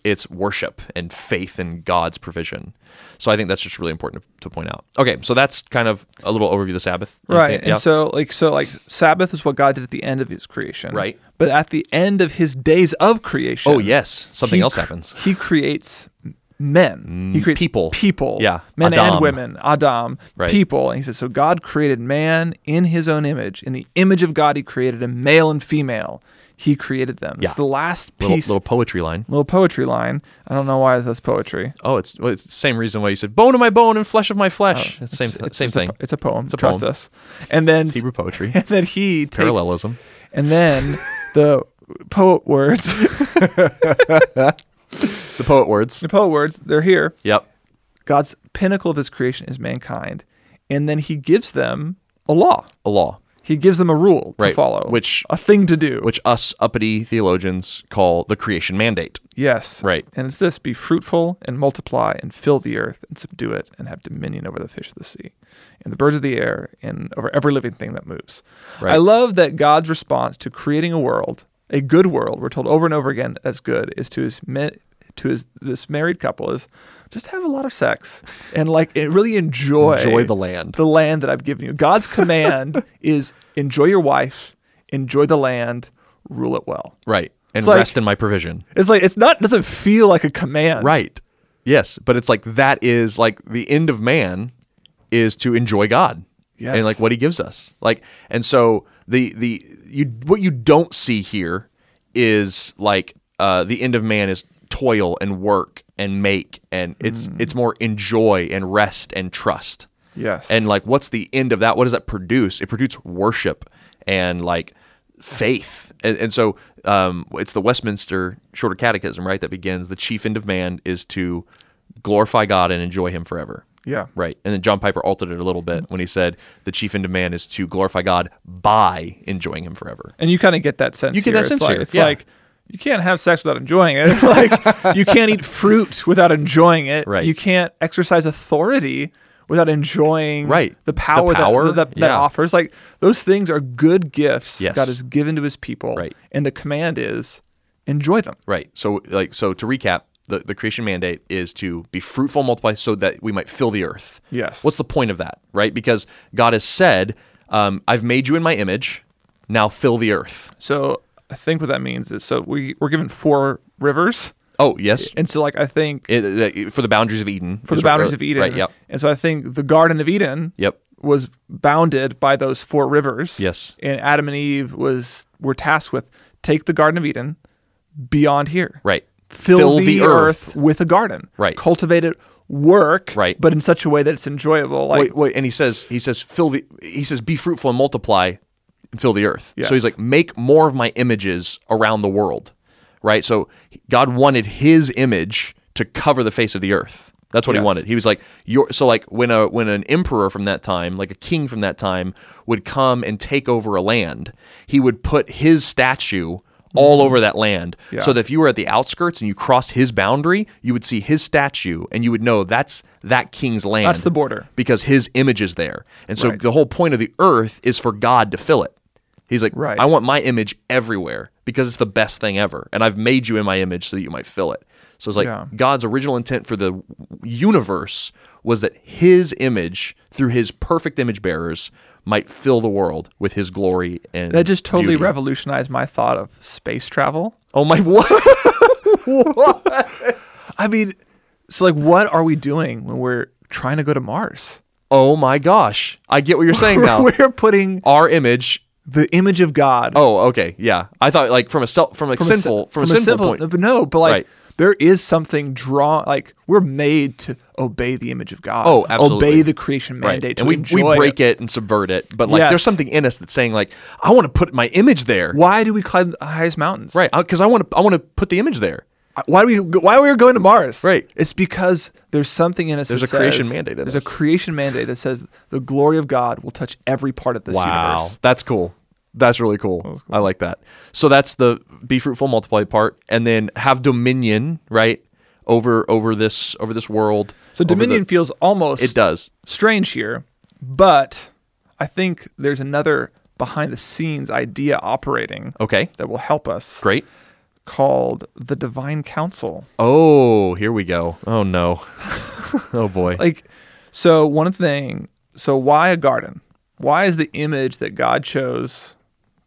Speaker 4: it's worship and faith in God's provision. So I think that's just really important to point out. Okay, so that's kind of a little overview of the Sabbath.
Speaker 3: Right.
Speaker 4: Anything-
Speaker 3: And so like so like Sabbath is what God did at the end of his creation.
Speaker 4: Right.
Speaker 3: But at the end of his days of creation.
Speaker 4: oh yes, something
Speaker 3: he
Speaker 4: else
Speaker 3: cr-
Speaker 4: happens. Mm,
Speaker 3: He creates men. He creates
Speaker 4: people.
Speaker 3: People.
Speaker 4: Yeah,
Speaker 3: Men
Speaker 4: Adam.
Speaker 3: and women. Adam.
Speaker 4: Right.
Speaker 3: People. And he says, so God created man in his own image. In the image of God, he created a male and female. He created them.
Speaker 4: Yeah.
Speaker 3: It's the last
Speaker 4: Little,
Speaker 3: piece.
Speaker 4: little poetry line.
Speaker 3: little poetry line. I don't know why that's poetry.
Speaker 4: Oh, it's, well, it's the same reason why you said bone of my bone and flesh of my flesh. it's same
Speaker 3: Oh, It's-
Speaker 4: same
Speaker 3: it's
Speaker 4: thing.
Speaker 3: A, po- it's a poem.
Speaker 4: a
Speaker 3: trust
Speaker 4: poem.
Speaker 3: us. And then
Speaker 4: Hebrew poetry.
Speaker 3: and then he take-
Speaker 4: Parallelism.
Speaker 3: and then the poet words.
Speaker 4: The poet words.
Speaker 3: the poet words. They're here.
Speaker 4: Yep.
Speaker 3: God's pinnacle of his creation is mankind, and then he gives them a law.
Speaker 4: A law,
Speaker 3: He gives them a rule to
Speaker 4: Right,
Speaker 3: follow,
Speaker 4: which-
Speaker 3: a thing to do.
Speaker 4: which us uppity theologians call the creation mandate.
Speaker 3: yes,
Speaker 4: Right.
Speaker 3: And it's this: be fruitful and multiply and fill the earth and subdue it and have dominion over the fish of the sea, and the birds of the air and over every living thing that moves.
Speaker 4: Right.
Speaker 3: I love that God's response to creating a world, a good world, we're told over and over again that's good, is to his men, to his this married couple is just have a lot of sex and like and really enjoy
Speaker 4: Enjoy the land.
Speaker 3: the land that I've given you. God's command is enjoy your wife, enjoy the land, rule it well.
Speaker 4: Right. And
Speaker 3: like-
Speaker 4: rest in my provision.
Speaker 3: It's like it's not doesn't feel like a command.
Speaker 4: Right. Yes, but it's like that is like the end of man is to enjoy God.
Speaker 3: Yes.
Speaker 4: and like what he gives us. Like and so the the you what you don't see here is like uh, the end of man is toil and work and make and it's it's more enjoy and rest and trust.
Speaker 3: Yes.
Speaker 4: And like what's the end of that? What does that produce? It produces worship and like faith. And, and so um, it's the Westminster Shorter Catechism, right? That begins the chief end of man is to glorify God and enjoy him forever.
Speaker 3: Yeah.
Speaker 4: Right. And then John Piper altered it a little bit when he said the chief end of man is to glorify God by enjoying him forever.
Speaker 3: And you kind of get that sense.
Speaker 4: You get
Speaker 3: here.
Speaker 4: that
Speaker 3: It's
Speaker 4: sense
Speaker 3: like,
Speaker 4: here,
Speaker 3: It's
Speaker 4: yeah.
Speaker 3: like you can't have sex without enjoying it. like you can't eat fruit without enjoying it.
Speaker 4: Right.
Speaker 3: You can't exercise authority without enjoying
Speaker 4: Right. The
Speaker 3: the power, that-
Speaker 4: power,
Speaker 3: that, that,
Speaker 4: yeah.
Speaker 3: offers. Like those things are good gifts
Speaker 4: Yes.
Speaker 3: God has given to his people.
Speaker 4: Right.
Speaker 3: And the command is enjoy them.
Speaker 4: Right. So like so to recap, the, the creation mandate is to be fruitful, multiply, so that we might fill the earth.
Speaker 3: Yes.
Speaker 4: What's the point of that? Right? Because God has said, um, "I've made you in my image. Now fill the earth."
Speaker 3: So I think what that means is so we, we're given four rivers.
Speaker 4: Oh yes,
Speaker 3: And so like I think
Speaker 4: It- it- for the boundaries of Eden.
Speaker 3: for
Speaker 4: is
Speaker 3: the
Speaker 4: what-
Speaker 3: boundaries of Eden.
Speaker 4: Right. Yep.
Speaker 3: And so I think the Garden of Eden
Speaker 4: Yep.
Speaker 3: was bounded by those four rivers.
Speaker 4: Yes.
Speaker 3: And Adam and Eve was were tasked with take the Garden of Eden beyond here.
Speaker 4: Right.
Speaker 3: Fill, the, earth. with a garden.
Speaker 4: Right.
Speaker 3: Cultivate it, work,
Speaker 4: Right.
Speaker 3: but in such a way that it's enjoyable. Like
Speaker 4: wait, wait, and he says, he says, fill the, he says, be fruitful and multiply and fill the earth.
Speaker 3: Yes.
Speaker 4: So he's like, make more of my images around the world, right? So God wanted his image to cover the face of the earth. That's what
Speaker 3: Yes.
Speaker 4: he wanted. He was like, your, so like when a, when an emperor from that time, like a king from that time would come and take over a land, he would put his statue all over that land
Speaker 3: Mm-hmm. Yeah.
Speaker 4: so that if you were at the outskirts and you crossed his boundary you would see his statue and you would know that's that king's land
Speaker 3: That's the border.
Speaker 4: because his image is there. And so
Speaker 3: Right.
Speaker 4: the whole point of the earth is for God to fill it. He's like,
Speaker 3: Right.
Speaker 4: I want my image everywhere because it's the best thing ever. And I've made you in my image so that you might fill it. So it's like
Speaker 3: Yeah.
Speaker 4: God's original intent for the universe was that his image, through his perfect image bearers, might fill the world with his glory and
Speaker 3: that just totally
Speaker 4: beauty.
Speaker 3: revolutionized my thought of space travel.
Speaker 4: Oh my what?
Speaker 3: I mean, so like what are we doing when we're trying to go to Mars?
Speaker 4: Oh my gosh. I get what you're saying now.
Speaker 3: we're putting
Speaker 4: Our image
Speaker 3: the image of God
Speaker 4: Oh, okay. Yeah. I thought like from a self from a
Speaker 3: from a
Speaker 4: sinful
Speaker 3: sin-
Speaker 4: from, a sinful, point.
Speaker 3: But no, but like
Speaker 4: Right.
Speaker 3: there is something drawn. Like we're made to obey the image of God.
Speaker 4: Oh, absolutely.
Speaker 3: Obey the creation mandate. To
Speaker 4: and we, we
Speaker 3: enjoy
Speaker 4: break it. and subvert it but like
Speaker 3: Yes.
Speaker 4: there's something in us that's saying like i want to put my image there
Speaker 3: Why do we climb the highest mountains? Uh,
Speaker 4: right because i want to i want to put the image there
Speaker 3: Why do we? Why we are going to Mars?
Speaker 4: Right.
Speaker 3: It's because there's something in us.
Speaker 4: There's
Speaker 3: that
Speaker 4: a creation
Speaker 3: says-
Speaker 4: mandate in
Speaker 3: there's
Speaker 4: us.
Speaker 3: a creation mandate that says the glory of God will touch every part of this universe.
Speaker 4: that's cool that's really cool. i like that so that's the be fruitful multiply part and then have dominion right over over this over this world
Speaker 3: So
Speaker 4: over the-
Speaker 3: dominion feels almost
Speaker 4: it does
Speaker 3: strange here, but I think there's another behind the scenes idea operating
Speaker 4: okay
Speaker 3: that will help us.
Speaker 4: great
Speaker 3: called the Divine Council.
Speaker 4: oh here we go oh no oh boy
Speaker 3: Like, so one thing, so why a garden? Why is the image that God chose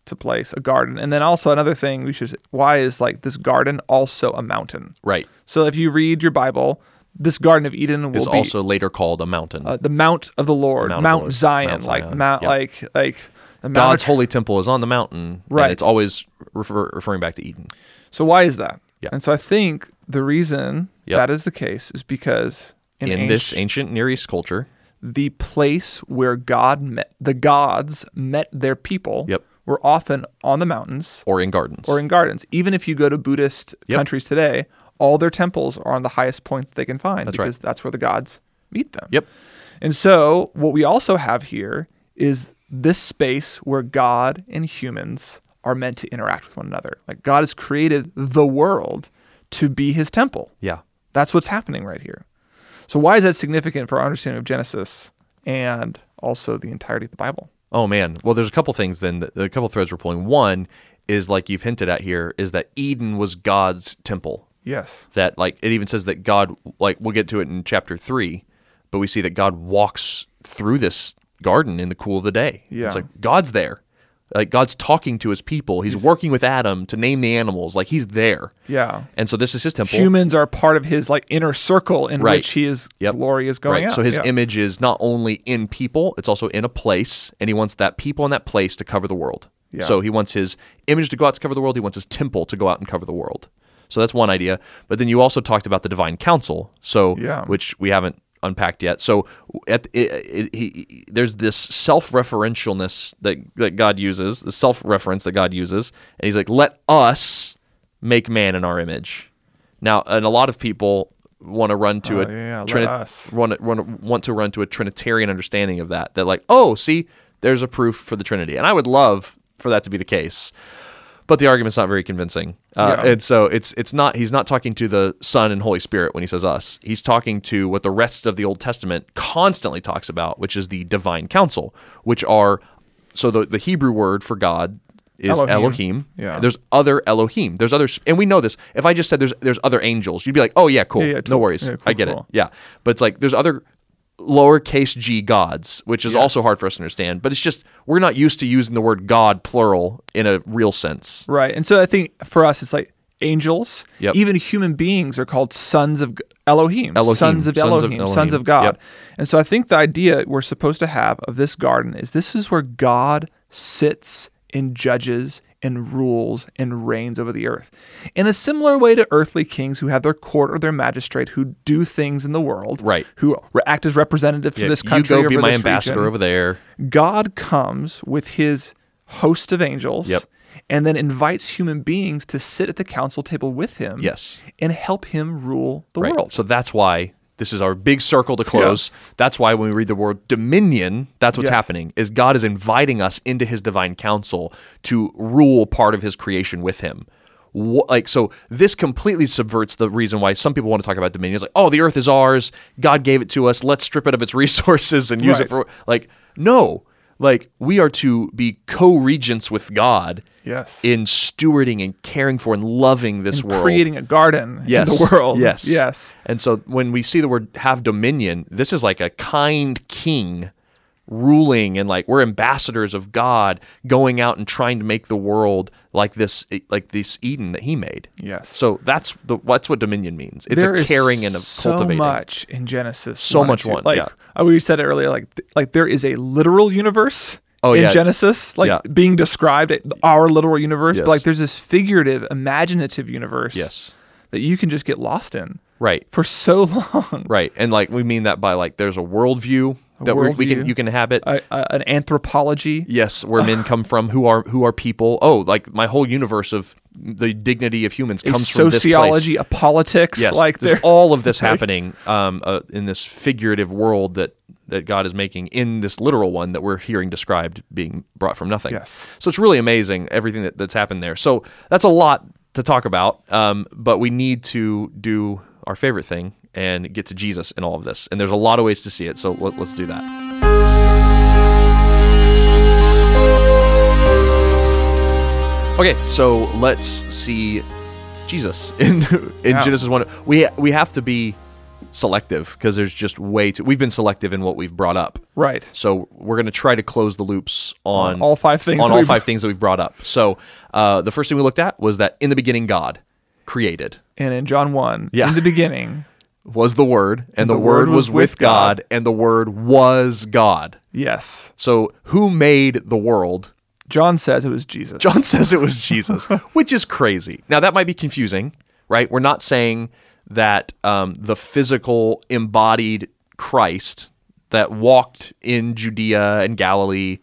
Speaker 3: to place a garden? And then also another thing we should, why is like this garden also a mountain?
Speaker 4: right
Speaker 3: So if you read your Bible, this Garden of Eden will
Speaker 4: is
Speaker 3: be
Speaker 4: also later called a mountain
Speaker 3: uh, the Mount of the Lord,
Speaker 4: Mount
Speaker 3: Mount,
Speaker 4: of the Lord,
Speaker 3: Zion,
Speaker 4: Mount
Speaker 3: like
Speaker 4: Zion,
Speaker 3: Mount,
Speaker 4: yeah.
Speaker 3: like like the Mount.
Speaker 4: God's
Speaker 3: of-
Speaker 4: holy temple is on the mountain,
Speaker 3: Right.
Speaker 4: And it's always refer- referring back to Eden.
Speaker 3: so why is that?
Speaker 4: Yeah.
Speaker 3: And so I think the reason
Speaker 4: Yep.
Speaker 3: that is the case is because in,
Speaker 4: In, this ancient Near East culture,
Speaker 3: the place where God met the gods met their people
Speaker 4: Yep.
Speaker 3: were often on the mountains
Speaker 4: or in gardens,
Speaker 3: or in gardens. Even if you go to Buddhist
Speaker 4: Yep.
Speaker 3: countries today, all their temples are on the highest points they can find
Speaker 4: That's right.
Speaker 3: because that's where the gods meet them.
Speaker 4: Yep.
Speaker 3: And so what we also have here is this space where God and humans are meant to interact with one another. Like God has created the world to be his temple.
Speaker 4: yeah,
Speaker 3: That's what's happening right here. So why is that significant for our understanding of Genesis and also the entirety of the Bible?
Speaker 4: Oh man. Well, there's a couple things then. That, a couple threads we're pulling. One is like you've hinted at here is that Eden was God's temple.
Speaker 3: Yes.
Speaker 4: That like it even says that God like we'll get to it in chapter three, but we see that God walks through this garden in the cool of the day.
Speaker 3: Yeah.
Speaker 4: It's like God's there. Like God's talking to his people. He's, working with Adam to name the animals. Like he's there.
Speaker 3: Yeah.
Speaker 4: And so this is his temple.
Speaker 3: Humans are part of his like inner circle in
Speaker 4: Right.
Speaker 3: which his
Speaker 4: Yep.
Speaker 3: glory is going
Speaker 4: right.
Speaker 3: out.
Speaker 4: So his
Speaker 3: Yeah.
Speaker 4: image is not only in people, it's also in a place, and he wants that people in that place to cover the world.
Speaker 3: Yeah.
Speaker 4: So he wants his image to go out to cover the world. He wants his temple to go out and cover the world. So that's one idea. But then you also talked about the divine council. So
Speaker 3: Yeah.
Speaker 4: which we haven't unpacked yet. So at the- it, it, he, there's this self-referentialness that that God uses, the self-reference that God uses, and he's like, "Let us make man in our image." Now, and a lot of people want to run to
Speaker 3: Oh,
Speaker 4: a
Speaker 3: yeah, let us.
Speaker 4: run, run, want to run to a Trinitarian understanding of that. That like, oh, see, there's a proof for the Trinity, and I would love for that to be the case. But the argument's not very convincing, uh,
Speaker 3: Yeah.
Speaker 4: and so it's it's not. He's not talking to the Son and Holy Spirit when he says us. He's talking to what the rest of the Old Testament constantly talks about, which is the divine council, which are so the the Hebrew word for God is
Speaker 3: Elohim.
Speaker 4: Elohim.
Speaker 3: Yeah.
Speaker 4: There's other Elohim. There's other, and we know this. If I just said there's there's other angels, you'd be like, oh yeah, cool,
Speaker 3: Yeah, yeah,
Speaker 4: no
Speaker 3: totally.
Speaker 4: worries,
Speaker 3: Yeah, cool,
Speaker 4: I get
Speaker 3: cool.
Speaker 4: it. Yeah, but it's like there's other lowercase g gods, which is also hard for us to understand. But it's just we're not used to using the word God plural in a real sense.
Speaker 3: Right. And so I think for us, it's like angels,
Speaker 4: Yep.
Speaker 3: even human beings are called sons of G- Elohim,
Speaker 4: Elohim,
Speaker 3: sons of
Speaker 4: sons of
Speaker 3: Elohim, sons
Speaker 4: Elohim.
Speaker 3: of God.
Speaker 4: Yep.
Speaker 3: And so I think the idea we're supposed to have of this garden is this is where God sits and judges and rules and reigns over the earth. In a similar way to earthly kings who have their court or their magistrate who do things in the world,
Speaker 4: Right.
Speaker 3: who re- act as representatives for this country
Speaker 4: you
Speaker 3: or
Speaker 4: go be
Speaker 3: for
Speaker 4: my
Speaker 3: this
Speaker 4: ambassador
Speaker 3: region.
Speaker 4: over there.
Speaker 3: God comes with his host of angels
Speaker 4: Yep.
Speaker 3: and then invites human beings to sit at the council table with him
Speaker 4: Yes.
Speaker 3: and help him rule the
Speaker 4: Right.
Speaker 3: world.
Speaker 4: So that's why this is our big circle to close. That's why when we read the word dominion, that's what's
Speaker 3: Yes.
Speaker 4: happening. Is God is inviting us into his divine counsel to rule part of his creation with him. Wha- like so this completely subverts the reason why some people want to talk about dominion. It's like, "Oh, the earth is ours. God gave it to us. Let's strip it of its resources and use it
Speaker 3: Right.
Speaker 4: for like no. Like we are to be co-regents with God
Speaker 3: Yes.
Speaker 4: in stewarding and caring for and loving this world
Speaker 3: Creating a garden
Speaker 4: yes.
Speaker 3: in the world.
Speaker 4: Yes.
Speaker 3: Yes.
Speaker 4: And so when we see the word have dominion, this is like a kind king ruling and like we're ambassadors of God going out and trying to make the world like this like this Eden that he made.
Speaker 3: Yes.
Speaker 4: So that's the that's what dominion means. It's
Speaker 3: There
Speaker 4: a
Speaker 3: is
Speaker 4: caring and a
Speaker 3: so
Speaker 4: cultivating.
Speaker 3: much in Genesis.
Speaker 4: So
Speaker 3: 1 and
Speaker 4: much
Speaker 3: 2.
Speaker 4: one,
Speaker 3: Like
Speaker 4: yeah.
Speaker 3: uh, we said it earlier, like th- like there is a literal universe
Speaker 4: Oh,
Speaker 3: in
Speaker 4: yeah.
Speaker 3: Genesis, like
Speaker 4: Yeah.
Speaker 3: being described at our literal universe.
Speaker 4: Yes.
Speaker 3: But like there's this figurative, imaginative universe
Speaker 4: Yes.
Speaker 3: that you can just get lost in
Speaker 4: Right.
Speaker 3: for so long.
Speaker 4: Right. And like we mean that by like there's a worldview that we we
Speaker 3: worldview.
Speaker 4: can you can inhabit.
Speaker 3: a, a, an anthropology.
Speaker 4: yes where men come from who are who are people oh like my whole universe of the dignity of humans
Speaker 3: A
Speaker 4: comes from this place
Speaker 3: sociology, a politics,
Speaker 4: yes
Speaker 3: like
Speaker 4: there's
Speaker 3: there.
Speaker 4: all of this happening um, uh, in this figurative world that that god is making in this literal one that we're hearing described being brought from nothing
Speaker 3: Yes.
Speaker 4: so it's really amazing everything that, that's happened there so that's a lot to talk about um, but we need to do our favorite thing and get to jesus in all of this and there's a lot of ways to see it so let, let's do that Okay, so let's see Jesus in in
Speaker 3: Yeah.
Speaker 4: Genesis one. We we have to be selective because there's just way too. We've been selective in what we've brought up,
Speaker 3: right.
Speaker 4: so we're gonna try to close the loops on,
Speaker 3: On all five things
Speaker 4: on
Speaker 3: that
Speaker 4: all
Speaker 3: we've-
Speaker 4: five things that we've brought up. So uh, the first thing we looked at was that in the beginning God created
Speaker 3: And in John one,
Speaker 4: Yeah.
Speaker 3: in the beginning,
Speaker 4: was the Word, and, the, Word, was with God, and the Word was God.
Speaker 3: yes,
Speaker 4: So who made the world?
Speaker 3: John says it was Jesus.
Speaker 4: John says it was Jesus, which is crazy. Now that might be confusing, right? We're not saying that um, the physical embodied Christ that walked in Judea and Galilee,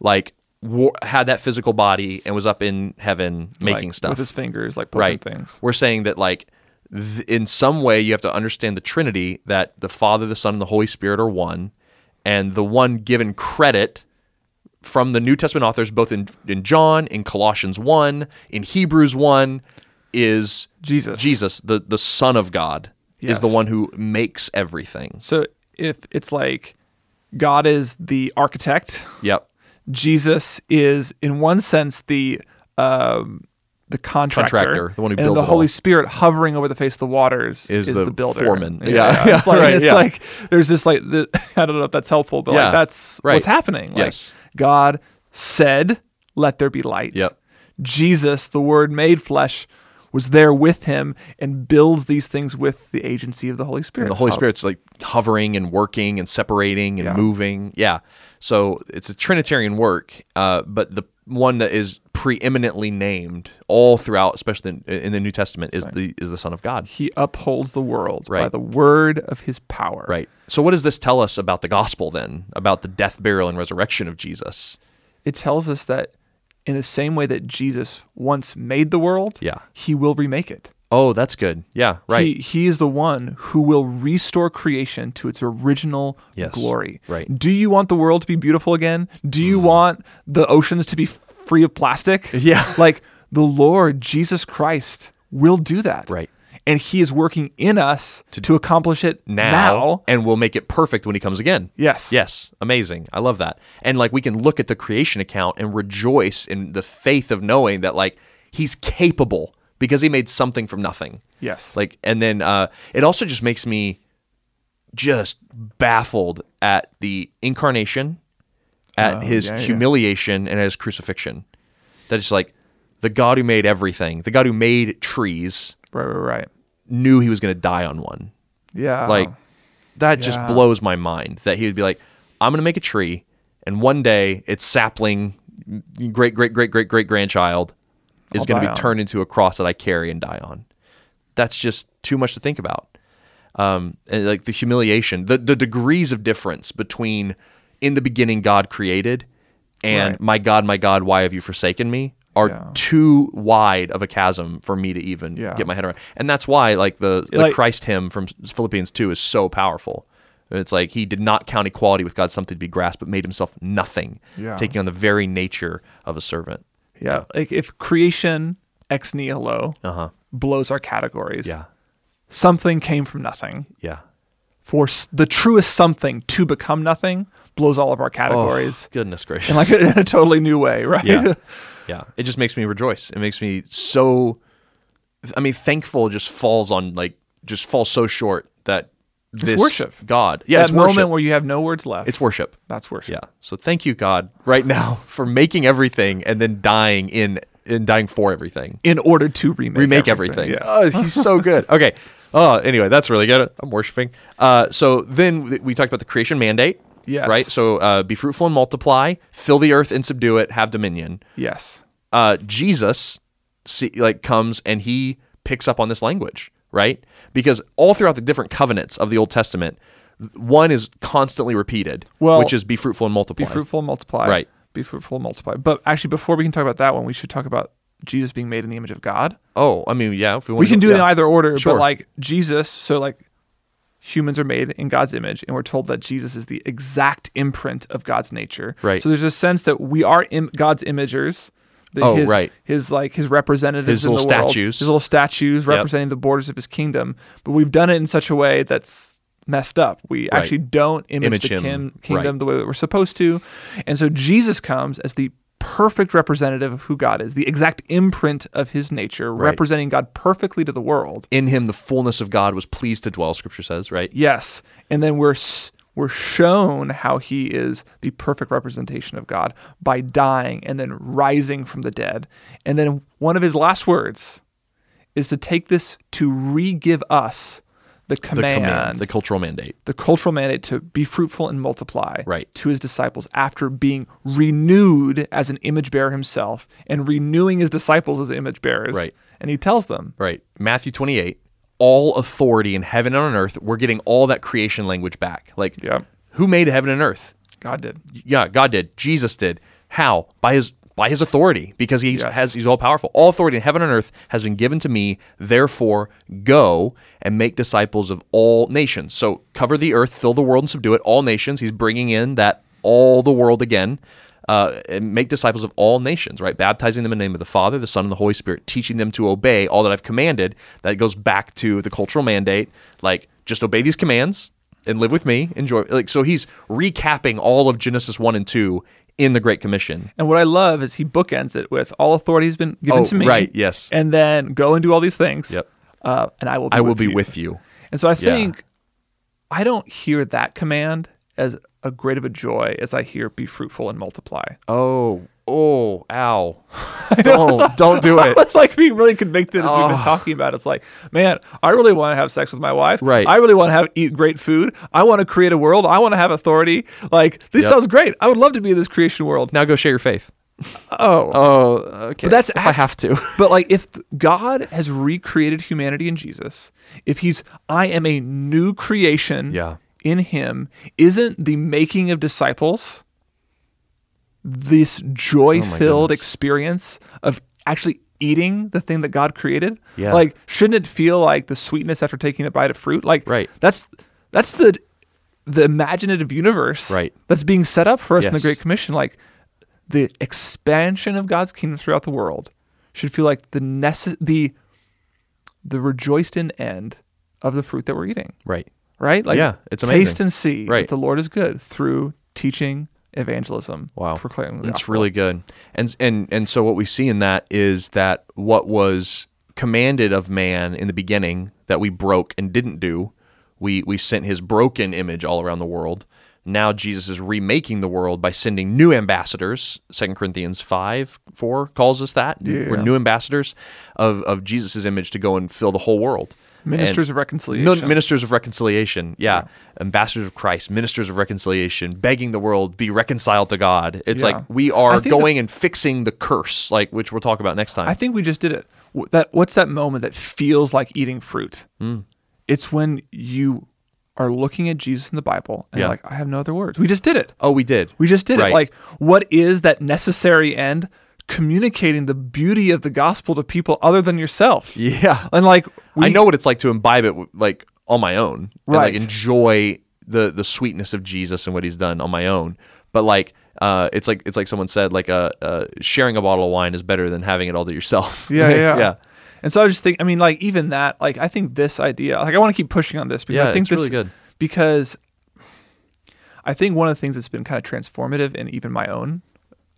Speaker 4: like wa- had that physical body and was up in heaven
Speaker 3: like,
Speaker 4: making stuff
Speaker 3: with his fingers, like poking
Speaker 4: right
Speaker 3: things.
Speaker 4: we're saying that like th- in some way you have to understand the trinity that the father the son and the holy spirit are one and the one given credit from the new testament authors both in, in john in colossians 1 in hebrews 1 is
Speaker 3: Jesus.
Speaker 4: jesus the, the son of god
Speaker 3: Yes.
Speaker 4: is the one who makes everything
Speaker 3: So if it's like God is the architect,
Speaker 4: yep
Speaker 3: Jesus is in one sense the um, the contractor,
Speaker 4: Contractor, the one who
Speaker 3: and
Speaker 4: builds
Speaker 3: the
Speaker 4: it
Speaker 3: Holy
Speaker 4: all.
Speaker 3: Spirit hovering over the face of the waters
Speaker 4: Is the
Speaker 3: builder,
Speaker 4: foreman.
Speaker 3: Yeah,
Speaker 4: Yeah.
Speaker 3: it's like
Speaker 4: Right,
Speaker 3: it's
Speaker 4: yeah.
Speaker 3: like there's this like the, I don't know if that's helpful, but
Speaker 4: Yeah,
Speaker 3: like that's
Speaker 4: right.
Speaker 3: what's happening. Like
Speaker 4: Yes.
Speaker 3: God said, let there be light.
Speaker 4: Yep.
Speaker 3: Jesus, the Word made flesh, was there with him and builds these things with the agency of the Holy Spirit.
Speaker 4: And the Holy
Speaker 3: How-
Speaker 4: Spirit's like hovering and working and separating and
Speaker 3: Yeah.
Speaker 4: moving. Yeah. So it's a Trinitarian work, uh, but the one that is preeminently named all throughout, especially in, in the New Testament, is the is the Son of God.
Speaker 3: He upholds the world by
Speaker 4: Right.
Speaker 3: the word of his power.
Speaker 4: Right. So what does this tell us about the gospel then? About the death, burial, and resurrection of Jesus?
Speaker 3: It tells us that in the same way that Jesus once made the world,
Speaker 4: Yeah.
Speaker 3: he will remake it.
Speaker 4: Oh, that's good. Yeah. Right.
Speaker 3: He, he is the one who will restore creation to its original
Speaker 4: Yes,
Speaker 3: glory.
Speaker 4: right. Mm.
Speaker 3: Do you want the world to be beautiful again? Do you want the oceans to be free of plastic?
Speaker 4: Yeah.
Speaker 3: Like the Lord Jesus Christ will do that.
Speaker 4: Right.
Speaker 3: And he is working in us to, accomplish it
Speaker 4: now, and we'll make it perfect when he comes again.
Speaker 3: Yes.
Speaker 4: Yes. Amazing. I love that. And like we can look at the creation account and rejoice in the faith of knowing that like he's capable because he made something from nothing.
Speaker 3: Yes.
Speaker 4: Like and then uh it also just makes me just baffled at the incarnation, at his
Speaker 3: Oh, yeah, yeah.
Speaker 4: humiliation and at his crucifixion. That is like the God who made everything, the God who made trees
Speaker 3: right, right, right.
Speaker 4: knew he was going to die on one.
Speaker 3: Yeah.
Speaker 4: Like that just
Speaker 3: Yeah.
Speaker 4: blows my mind that he would be like, I'm gonna make a tree, and one day its sapling, great great great great great grandchild, is
Speaker 3: I'll
Speaker 4: gonna be
Speaker 3: die on.
Speaker 4: turned into a cross that I carry and die on. That's just too much to think about. Um, and like the humiliation, the the degrees of difference between in the beginning God created and
Speaker 3: Right.
Speaker 4: my God, my God, why have you forsaken me? Are
Speaker 3: Yeah.
Speaker 4: too wide of a chasm for me to even
Speaker 3: Yeah.
Speaker 4: get my head around, and that's why like the the
Speaker 3: Like-
Speaker 4: Christ hymn from Philippians 2 is so powerful. And It's like he did not count equality with God something to be grasped, but made himself nothing,
Speaker 3: Yeah.
Speaker 4: taking on the very nature of a servant.
Speaker 3: yeah. Uh, Like if creation ex nihilo
Speaker 4: Uh huh.
Speaker 3: blows our categories,
Speaker 4: Yeah.
Speaker 3: something came from nothing.
Speaker 4: Yeah.
Speaker 3: for s- the truest something to become nothing blows all of our
Speaker 4: Oh,
Speaker 3: categories
Speaker 4: goodness gracious.
Speaker 3: in like a, in a totally new way, right?
Speaker 4: yeah. Yeah. It just makes me rejoice. It makes me so, I mean, thankful just falls on like, just falls so short that this
Speaker 3: worship.
Speaker 4: God. Yeah.
Speaker 3: that
Speaker 4: it's
Speaker 3: moment
Speaker 4: worship.
Speaker 3: where you have no words left.
Speaker 4: it's worship.
Speaker 3: That's worship.
Speaker 4: Yeah. So thank you, God, right now for making everything and then dying in, and dying for everything.
Speaker 3: In order to remake
Speaker 4: remake everything.
Speaker 3: everything. Yes.
Speaker 4: Oh, he's so good. Okay. Oh, anyway, that's really good. I'm worshiping. Uh, so then th- we talked about the creation mandate.
Speaker 3: Yes.
Speaker 4: Right. So uh, be fruitful and multiply, fill the earth and subdue it, have dominion.
Speaker 3: yes.
Speaker 4: Uh, Jesus, see, like, comes and he picks up on this language, right? Because all throughout the different covenants of the Old Testament, one is constantly repeated,
Speaker 3: Well,
Speaker 4: which is be fruitful and multiply.
Speaker 3: Be fruitful and multiply.
Speaker 4: Right.
Speaker 3: Be fruitful and multiply. But actually, before we can talk about that one, we should talk about Jesus being made in the image of God.
Speaker 4: Oh, I mean, yeah. If we,
Speaker 3: We
Speaker 4: wanna
Speaker 3: can
Speaker 4: go-
Speaker 3: do it in
Speaker 4: yeah.
Speaker 3: either order,
Speaker 4: Sure.
Speaker 3: but like Jesus, so like humans are made in God's image, and we're told that Jesus is the exact imprint of God's nature.
Speaker 4: Right.
Speaker 3: So there's a sense that we are Im- God's imagers. That
Speaker 4: Oh,
Speaker 3: his,
Speaker 4: right.
Speaker 3: His like his representatives,
Speaker 4: His
Speaker 3: in
Speaker 4: little
Speaker 3: the world,
Speaker 4: statues.
Speaker 3: his little statues representing the borders of his kingdom. But we've done it in such a way that's messed up. We actually don't image,
Speaker 4: Image
Speaker 3: the
Speaker 4: him.
Speaker 3: kin- kingdom
Speaker 4: Right.
Speaker 3: the way that we're supposed to, and so Jesus comes as the perfect representative of who God is, the exact imprint of His nature, representing God perfectly to the world.
Speaker 4: In him, the fullness of God was pleased to dwell, scripture says, right?
Speaker 3: Yes, and then we're s- we're shown how he is the perfect representation of God by dying and then rising from the dead. And then one of his last words is to take this to re-give us the
Speaker 4: the
Speaker 3: command, the,
Speaker 4: command, the cultural mandate.
Speaker 3: cultural mandate to be fruitful and multiply
Speaker 4: Right.
Speaker 3: to his disciples after being renewed as an image bearer himself and renewing his disciples as image bearers.
Speaker 4: Right.
Speaker 3: And he tells them,
Speaker 4: Right. Matthew 28, all authority in heaven and on earth, we're getting all that creation language back. Like,
Speaker 3: Yep.
Speaker 4: who made heaven and earth?
Speaker 3: God did.
Speaker 4: Yeah, God did. Jesus did. How? By his by his authority, because he's
Speaker 3: Yes.
Speaker 4: has he's all powerful. All authority in heaven and earth has been given to me. Therefore, go and make disciples of all nations. So cover the earth, fill the world, and subdue it. All nations. He's bringing in that all the world again. Uh, and make disciples of all nations, right? Baptizing them in the name of the Father, the Son, and the Holy Spirit, teaching them to obey all that I've commanded. That goes back to the cultural mandate, like just obey these commands, and live with me enjoy like so he's recapping all of genesis 1 and 2 in the great commission
Speaker 3: And what I love is he bookends it with all authority has been given
Speaker 4: Oh,
Speaker 3: to me.
Speaker 4: right, yes.
Speaker 3: And then go and do all these things.
Speaker 4: Yep.
Speaker 3: Uh, and I will be
Speaker 4: i will
Speaker 3: with
Speaker 4: be
Speaker 3: you.
Speaker 4: with you
Speaker 3: And so I think I don't hear that command as a great of a joy as I hear "Be fruitful and multiply."
Speaker 4: Oh, oh, ow. don't, don't do it.
Speaker 3: It's like being really convicted as we've been
Speaker 4: Oh.
Speaker 3: talking about. It's like, man, I really want to have sex with my wife.
Speaker 4: Right.
Speaker 3: I really want to have eat great food. I want to create a world. I want to have authority. Like this
Speaker 4: Yep.
Speaker 3: sounds great. I would love to be in this creation world.
Speaker 4: Now go share your faith.
Speaker 3: Oh,
Speaker 4: Oh, okay.
Speaker 3: But that's
Speaker 4: if I have to.
Speaker 3: But like if th- God has recreated humanity in Jesus, if he's I am a new creation
Speaker 4: Yeah.
Speaker 3: in him, isn't the making of disciples this joy-filled
Speaker 4: Oh goodness.
Speaker 3: experience of actually eating the thing that God created?
Speaker 4: Yeah.
Speaker 3: Like shouldn't it feel like the sweetness after taking a bite of fruit? Like
Speaker 4: Right.
Speaker 3: that's that's the the imaginative universe
Speaker 4: Right.
Speaker 3: that's being set up for us in the
Speaker 4: Yes.
Speaker 3: Great Commission. Like the expansion of God's kingdom throughout the world should feel like the necess- the the rejoiced in end of the fruit that we're eating,
Speaker 4: Right.
Speaker 3: right? Like
Speaker 4: Yeah, it's
Speaker 3: taste
Speaker 4: amazing.
Speaker 3: and see
Speaker 4: Right.
Speaker 3: that the Lord is good through teaching, evangelism,
Speaker 4: Wow.
Speaker 3: proclaiming. the
Speaker 4: That's
Speaker 3: gospel.
Speaker 4: really good. And and and so what we see in that is that what was commanded of man in the beginning that we broke and didn't do, we we sent his broken image all around the world. Now Jesus is remaking the world by sending new ambassadors. 2 Corinthians 5, 4 calls us that. We're new ambassadors of, of Jesus' image to go and fill the whole world.
Speaker 3: ministers
Speaker 4: And-
Speaker 3: of reconciliation.
Speaker 4: Min- ministers of reconciliation. Yeah. Ambassadors of Christ, ministers of reconciliation, begging the world be reconciled to God. It's
Speaker 3: Yeah.
Speaker 4: like we
Speaker 3: I
Speaker 4: are
Speaker 3: think
Speaker 4: going and fixing the curse, like which we'll talk about next time.
Speaker 3: I think we just did it. W- That what's that moment that feels like eating fruit?
Speaker 4: Hmm.
Speaker 3: It's when you are looking at Jesus in the Bible and you're
Speaker 4: Yeah.
Speaker 3: like, I have no other words. We just did it.
Speaker 4: oh, we did.
Speaker 3: We just did
Speaker 4: Right.
Speaker 3: it. Like, what is that necessary end? Communicating the beauty of the gospel to people other than yourself.
Speaker 4: yeah.
Speaker 3: And like, we,
Speaker 4: I know what it's like to imbibe it like on my own. And,
Speaker 3: Right.
Speaker 4: like enjoy the the sweetness of Jesus and what he's done on my own. But like uh, it's like it's like someone said like uh, uh, sharing a bottle of wine is better than having it all to yourself.
Speaker 3: Yeah,
Speaker 4: Like,
Speaker 3: yeah,
Speaker 4: yeah.
Speaker 3: And so I just think, I mean, like, even that, like, I think this idea, like, I want to keep pushing on this because I
Speaker 4: Yeah,
Speaker 3: think
Speaker 4: it's
Speaker 3: this
Speaker 4: really good.
Speaker 3: because I think one of the things that's been kind of transformative in even my own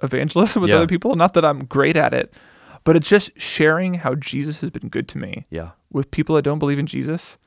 Speaker 3: evangelism with
Speaker 4: Yeah.
Speaker 3: other people. Not that I'm great at it, but it's just sharing how Jesus has been good to me.
Speaker 4: Yeah.
Speaker 3: with people that don't believe in Jesus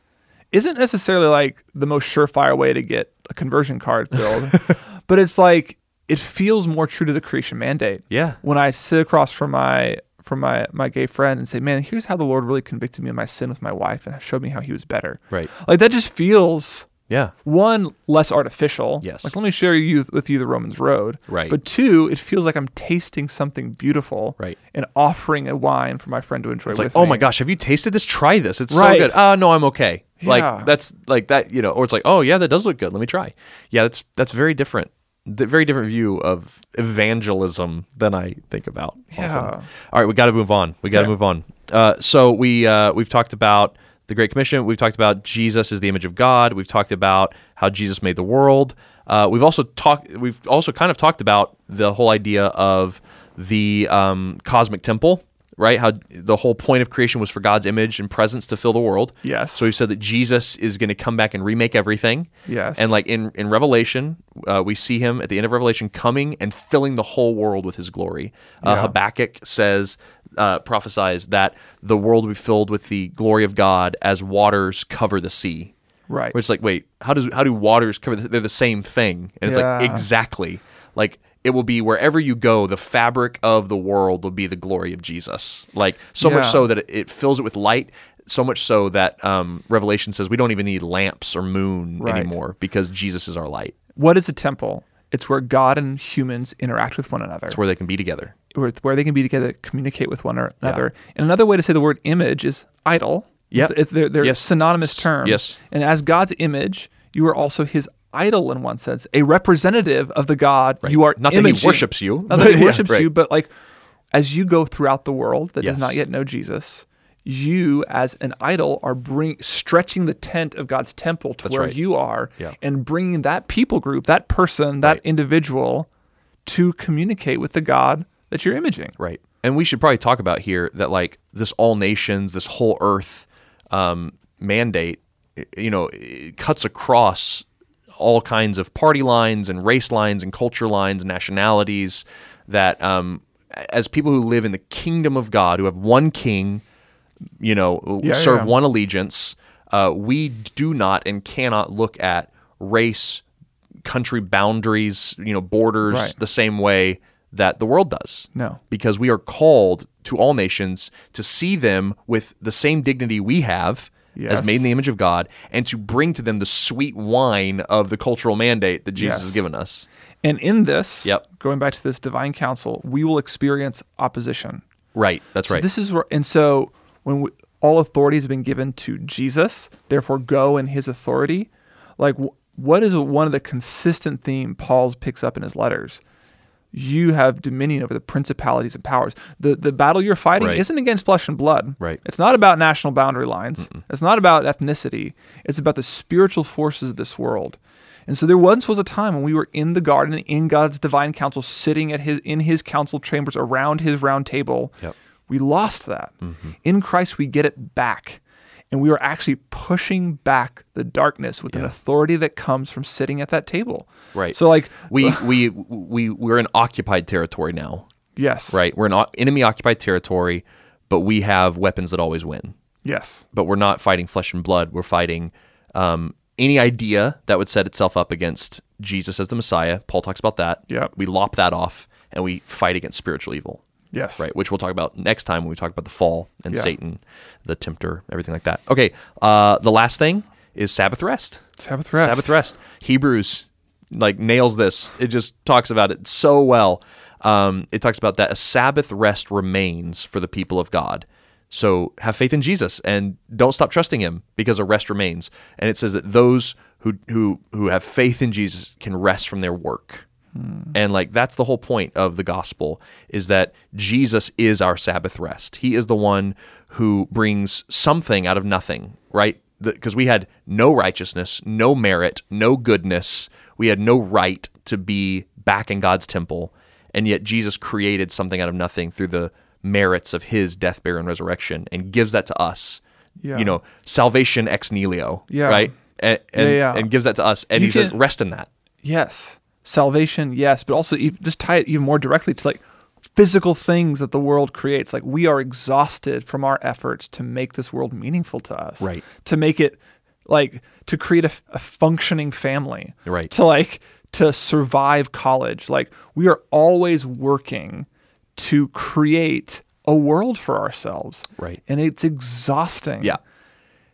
Speaker 3: isn't necessarily like the most surefire way to get a conversion card filled, but it's like it feels more true to the creation mandate.
Speaker 4: Yeah.
Speaker 3: When I sit across from my from my my gay friend and say, "Man, here's how the Lord really convicted me of my sin with my wife and showed me how He was better."
Speaker 4: Right.
Speaker 3: Like that just feels
Speaker 4: Yeah.
Speaker 3: one less artificial.
Speaker 4: Yes.
Speaker 3: Like let me share you with you the Romans Road.
Speaker 4: Right.
Speaker 3: But two, it feels like I'm tasting something beautiful.
Speaker 4: Right.
Speaker 3: And offering a wine for my friend to enjoy.
Speaker 4: It's like,
Speaker 3: with
Speaker 4: oh
Speaker 3: me.
Speaker 4: my gosh, have you tasted this? Try this. It's
Speaker 3: Right.
Speaker 4: so good. Oh no, I'm okay.
Speaker 3: Yeah.
Speaker 4: Like that's like that, you know. Or it's like, oh yeah, that does look good. Let me try. Yeah, that's that's very different. The very different view of evangelism than I think about. often.
Speaker 3: Yeah.
Speaker 4: All right, we got to move on. We got to
Speaker 3: Okay.
Speaker 4: move on. Uh, so we uh, we've talked about the Great Commission. We've talked about Jesus is the image of God. We've talked about how Jesus made the world. Uh, we've also talked. We've also kind of talked about the whole idea of the um, cosmic temple, right? How the whole point of creation was for God's image and presence to fill the world.
Speaker 3: Yes.
Speaker 4: So we've said that Jesus is going to come back and remake everything.
Speaker 3: Yes.
Speaker 4: And like in in Revelation, uh, we see him at the end of Revelation coming and filling the whole world with his glory. Uh, Habakkuk says, uh, prophesies that the world will be filled with the glory of God as waters cover the sea.
Speaker 3: Right.
Speaker 4: Which is like, wait, how does how do waters cover? The, they're the same thing, and it's like
Speaker 3: Yeah.
Speaker 4: exactly like it will be wherever you go. The fabric of the world will be the glory of Jesus. Like so much
Speaker 3: Yeah.
Speaker 4: so that it, it fills it with light. So much so that um, Revelation says we don't even need lamps or moon
Speaker 3: Right.
Speaker 4: anymore because Jesus is our light.
Speaker 3: What is a temple? It's where God and humans interact with one another,
Speaker 4: It's where they can be together.
Speaker 3: where, where they can be together, communicate with one another. And another way to say the word image is idol.
Speaker 4: Yep.
Speaker 3: It's- They're, they're
Speaker 4: Yes.
Speaker 3: synonymous terms.
Speaker 4: yes.
Speaker 3: And as God's image, you are also his idol in one sense, a representative of the God you are
Speaker 4: Not that he
Speaker 3: imaging.
Speaker 4: worships you,
Speaker 3: Not that
Speaker 4: but
Speaker 3: he
Speaker 4: yeah,
Speaker 3: worships
Speaker 4: right.
Speaker 3: you, but like as you go throughout the world that does
Speaker 4: Yes.
Speaker 3: not yet know Jesus, you as an idol are bring stretching the tent of God's temple to where
Speaker 4: right.
Speaker 3: you are
Speaker 4: Yeah.
Speaker 3: and bringing that people group, that person, that individual to communicate with the God that you're imaging.
Speaker 4: Right. And we should probably talk about here that like this all nations, this whole earth um, mandate, i- you know, it cuts across all kinds of party lines and race lines and culture lines and nationalities that um, as people who live in the kingdom of God, who have one king, you know,
Speaker 3: Yeah,
Speaker 4: serve
Speaker 3: yeah.
Speaker 4: one allegiance, uh, we do not and cannot look at race, country boundaries, you know, borders
Speaker 3: Right.
Speaker 4: the same way that the world does.
Speaker 3: No.
Speaker 4: Because we are called to all nations to see them with the same dignity we have
Speaker 3: Yes.
Speaker 4: as made in the image of God and to bring to them the sweet wine of the cultural mandate that Jesus
Speaker 3: Yes.
Speaker 4: has given us.
Speaker 3: And in this,
Speaker 4: Yep.
Speaker 3: going back to this divine counsel, we will experience opposition.
Speaker 4: Right. That's right.
Speaker 3: This is where, and so when we, all authority has been given to Jesus, therefore go in his authority. Like, wh- what is one of the consistent theme Paul picks up in his letters? You have dominion over the principalities and powers. The the battle you're fighting
Speaker 4: Right.
Speaker 3: isn't against flesh and blood.
Speaker 4: Right.
Speaker 3: It's not about national boundary lines. It's not about ethnicity. It's about the spiritual forces of this world. And so there once was a time when we were in the garden in God's divine council, sitting at his in his council chambers around his round table.
Speaker 4: Yep. Mm-hmm.
Speaker 3: We lost that. In Christ, we get it back. And we are actually pushing back the darkness with an authority that comes from sitting at that table.
Speaker 4: Right.
Speaker 3: So, like,
Speaker 4: we we we we're in occupied territory now.
Speaker 3: yes.
Speaker 4: Right. We're in o- enemy occupied territory, but we have weapons that always win.
Speaker 3: Yes.
Speaker 4: But we're not fighting flesh and blood. We're fighting um, any idea that would set itself up against Jesus as the Messiah. Paul talks about that.
Speaker 3: Yep.
Speaker 4: We lop that off and we fight against spiritual evil.
Speaker 3: Yes.
Speaker 4: Right, which we'll talk about next time when we talk about the fall and
Speaker 3: Yeah.
Speaker 4: Satan, the tempter, everything like that. Okay, uh, the last thing is Sabbath rest.
Speaker 3: Sabbath rest.
Speaker 4: Sabbath rest. Hebrews like nails this. It just talks about it so well. Um, it talks about that a Sabbath rest remains for the people of God. So have faith in Jesus and don't stop trusting Him because a rest remains. And it says that those who who who have faith in Jesus can rest from their work. And like that's the whole point of the gospel is that Jesus is our Sabbath rest. He is the one who brings something out of nothing, right? Because we had no righteousness, no merit, no goodness. We had no right to be back in God's temple. And yet Jesus created something out of nothing through the merits of his death, burial, and resurrection and gives that to us.
Speaker 3: Yeah.
Speaker 4: You know, salvation ex nihilo,
Speaker 3: Yeah.
Speaker 4: right? And, and,
Speaker 3: Yeah, yeah.
Speaker 4: and gives that to us. And
Speaker 3: You
Speaker 4: he says,
Speaker 3: can-
Speaker 4: rest in that.
Speaker 3: Yes. Salvation, yes, but also ev- just tie it even more directly to like physical things that the world creates. Like we are exhausted from our efforts to make this world meaningful to us.
Speaker 4: Right.
Speaker 3: To make it like to create a, f- a functioning family.
Speaker 4: Right.
Speaker 3: To like to survive college. Like we are always working to create a world for ourselves.
Speaker 4: Right.
Speaker 3: And it's exhausting.
Speaker 4: Yeah.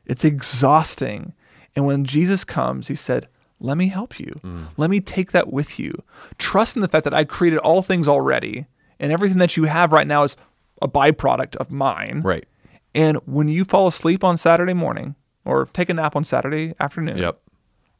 Speaker 3: It's exhausting. And when Jesus comes, he said, Let me help you.
Speaker 4: Mm.
Speaker 3: Let me take that with you. Trust in the fact that I created all things already, and everything that you have right now is a byproduct of mine.
Speaker 4: Right.
Speaker 3: And when you fall asleep on Saturday morning or take a nap on Saturday afternoon,
Speaker 4: Yep. Mm-hmm.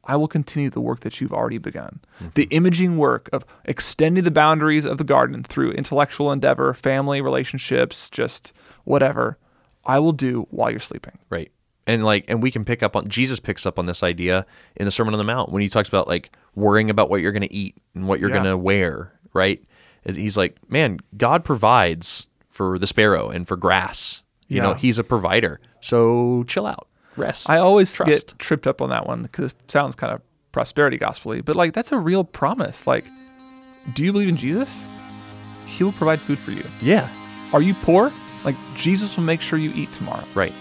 Speaker 3: I will continue the work that you've already begun. The imaging work of extending the boundaries of the garden through intellectual endeavor, family, relationships, just whatever, I will do while you're sleeping.
Speaker 4: Right. And like and we can pick up on Jesus picks up on this idea in the Sermon on the Mount when he talks about like worrying about what you're going to eat and what you're
Speaker 3: Yeah.
Speaker 4: going to wear, right? And He's like, "Man, God provides for the sparrow and for grass. You know,
Speaker 3: Yeah.
Speaker 4: he's a provider. So chill out. Rest."
Speaker 3: I always
Speaker 4: Trust.
Speaker 3: get tripped up on that one because it sounds kind of prosperity gospely, but like that's a real promise. Like, do you believe in Jesus? He will provide food for you.
Speaker 4: Yeah.
Speaker 3: Are you poor? Like Jesus will make sure you eat tomorrow.
Speaker 4: Right.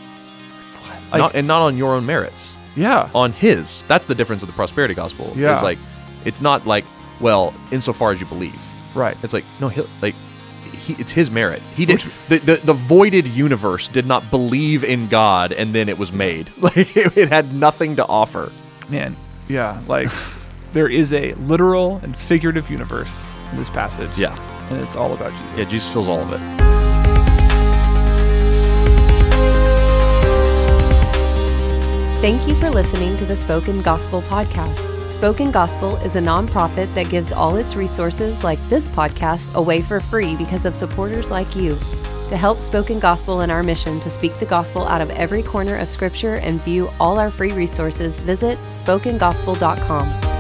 Speaker 3: Like,
Speaker 4: not, and not on your own merits.
Speaker 3: yeah,
Speaker 4: on his. That's the difference of the prosperity gospel.
Speaker 3: Yeah.
Speaker 4: It's like it's not like, well, insofar as you believe.
Speaker 3: right.
Speaker 4: It's like no, he like he, it's his merit. He did the, the the voided universe did not believe in God, and then it was made. Like it, it had nothing to offer.
Speaker 3: Man, yeah. Like there is a literal and figurative universe in this passage.
Speaker 4: Yeah,
Speaker 3: and it's all about Jesus.
Speaker 4: yeah. Jesus fills all of it.
Speaker 2: Thank you for listening to the Spoken Gospel Podcast. Spoken Gospel is a nonprofit that gives all its resources, like this podcast, away for free because of supporters like you. To help Spoken Gospel in our mission to speak the gospel out of every corner of Scripture and view all our free resources, visit SpokenGospel.com.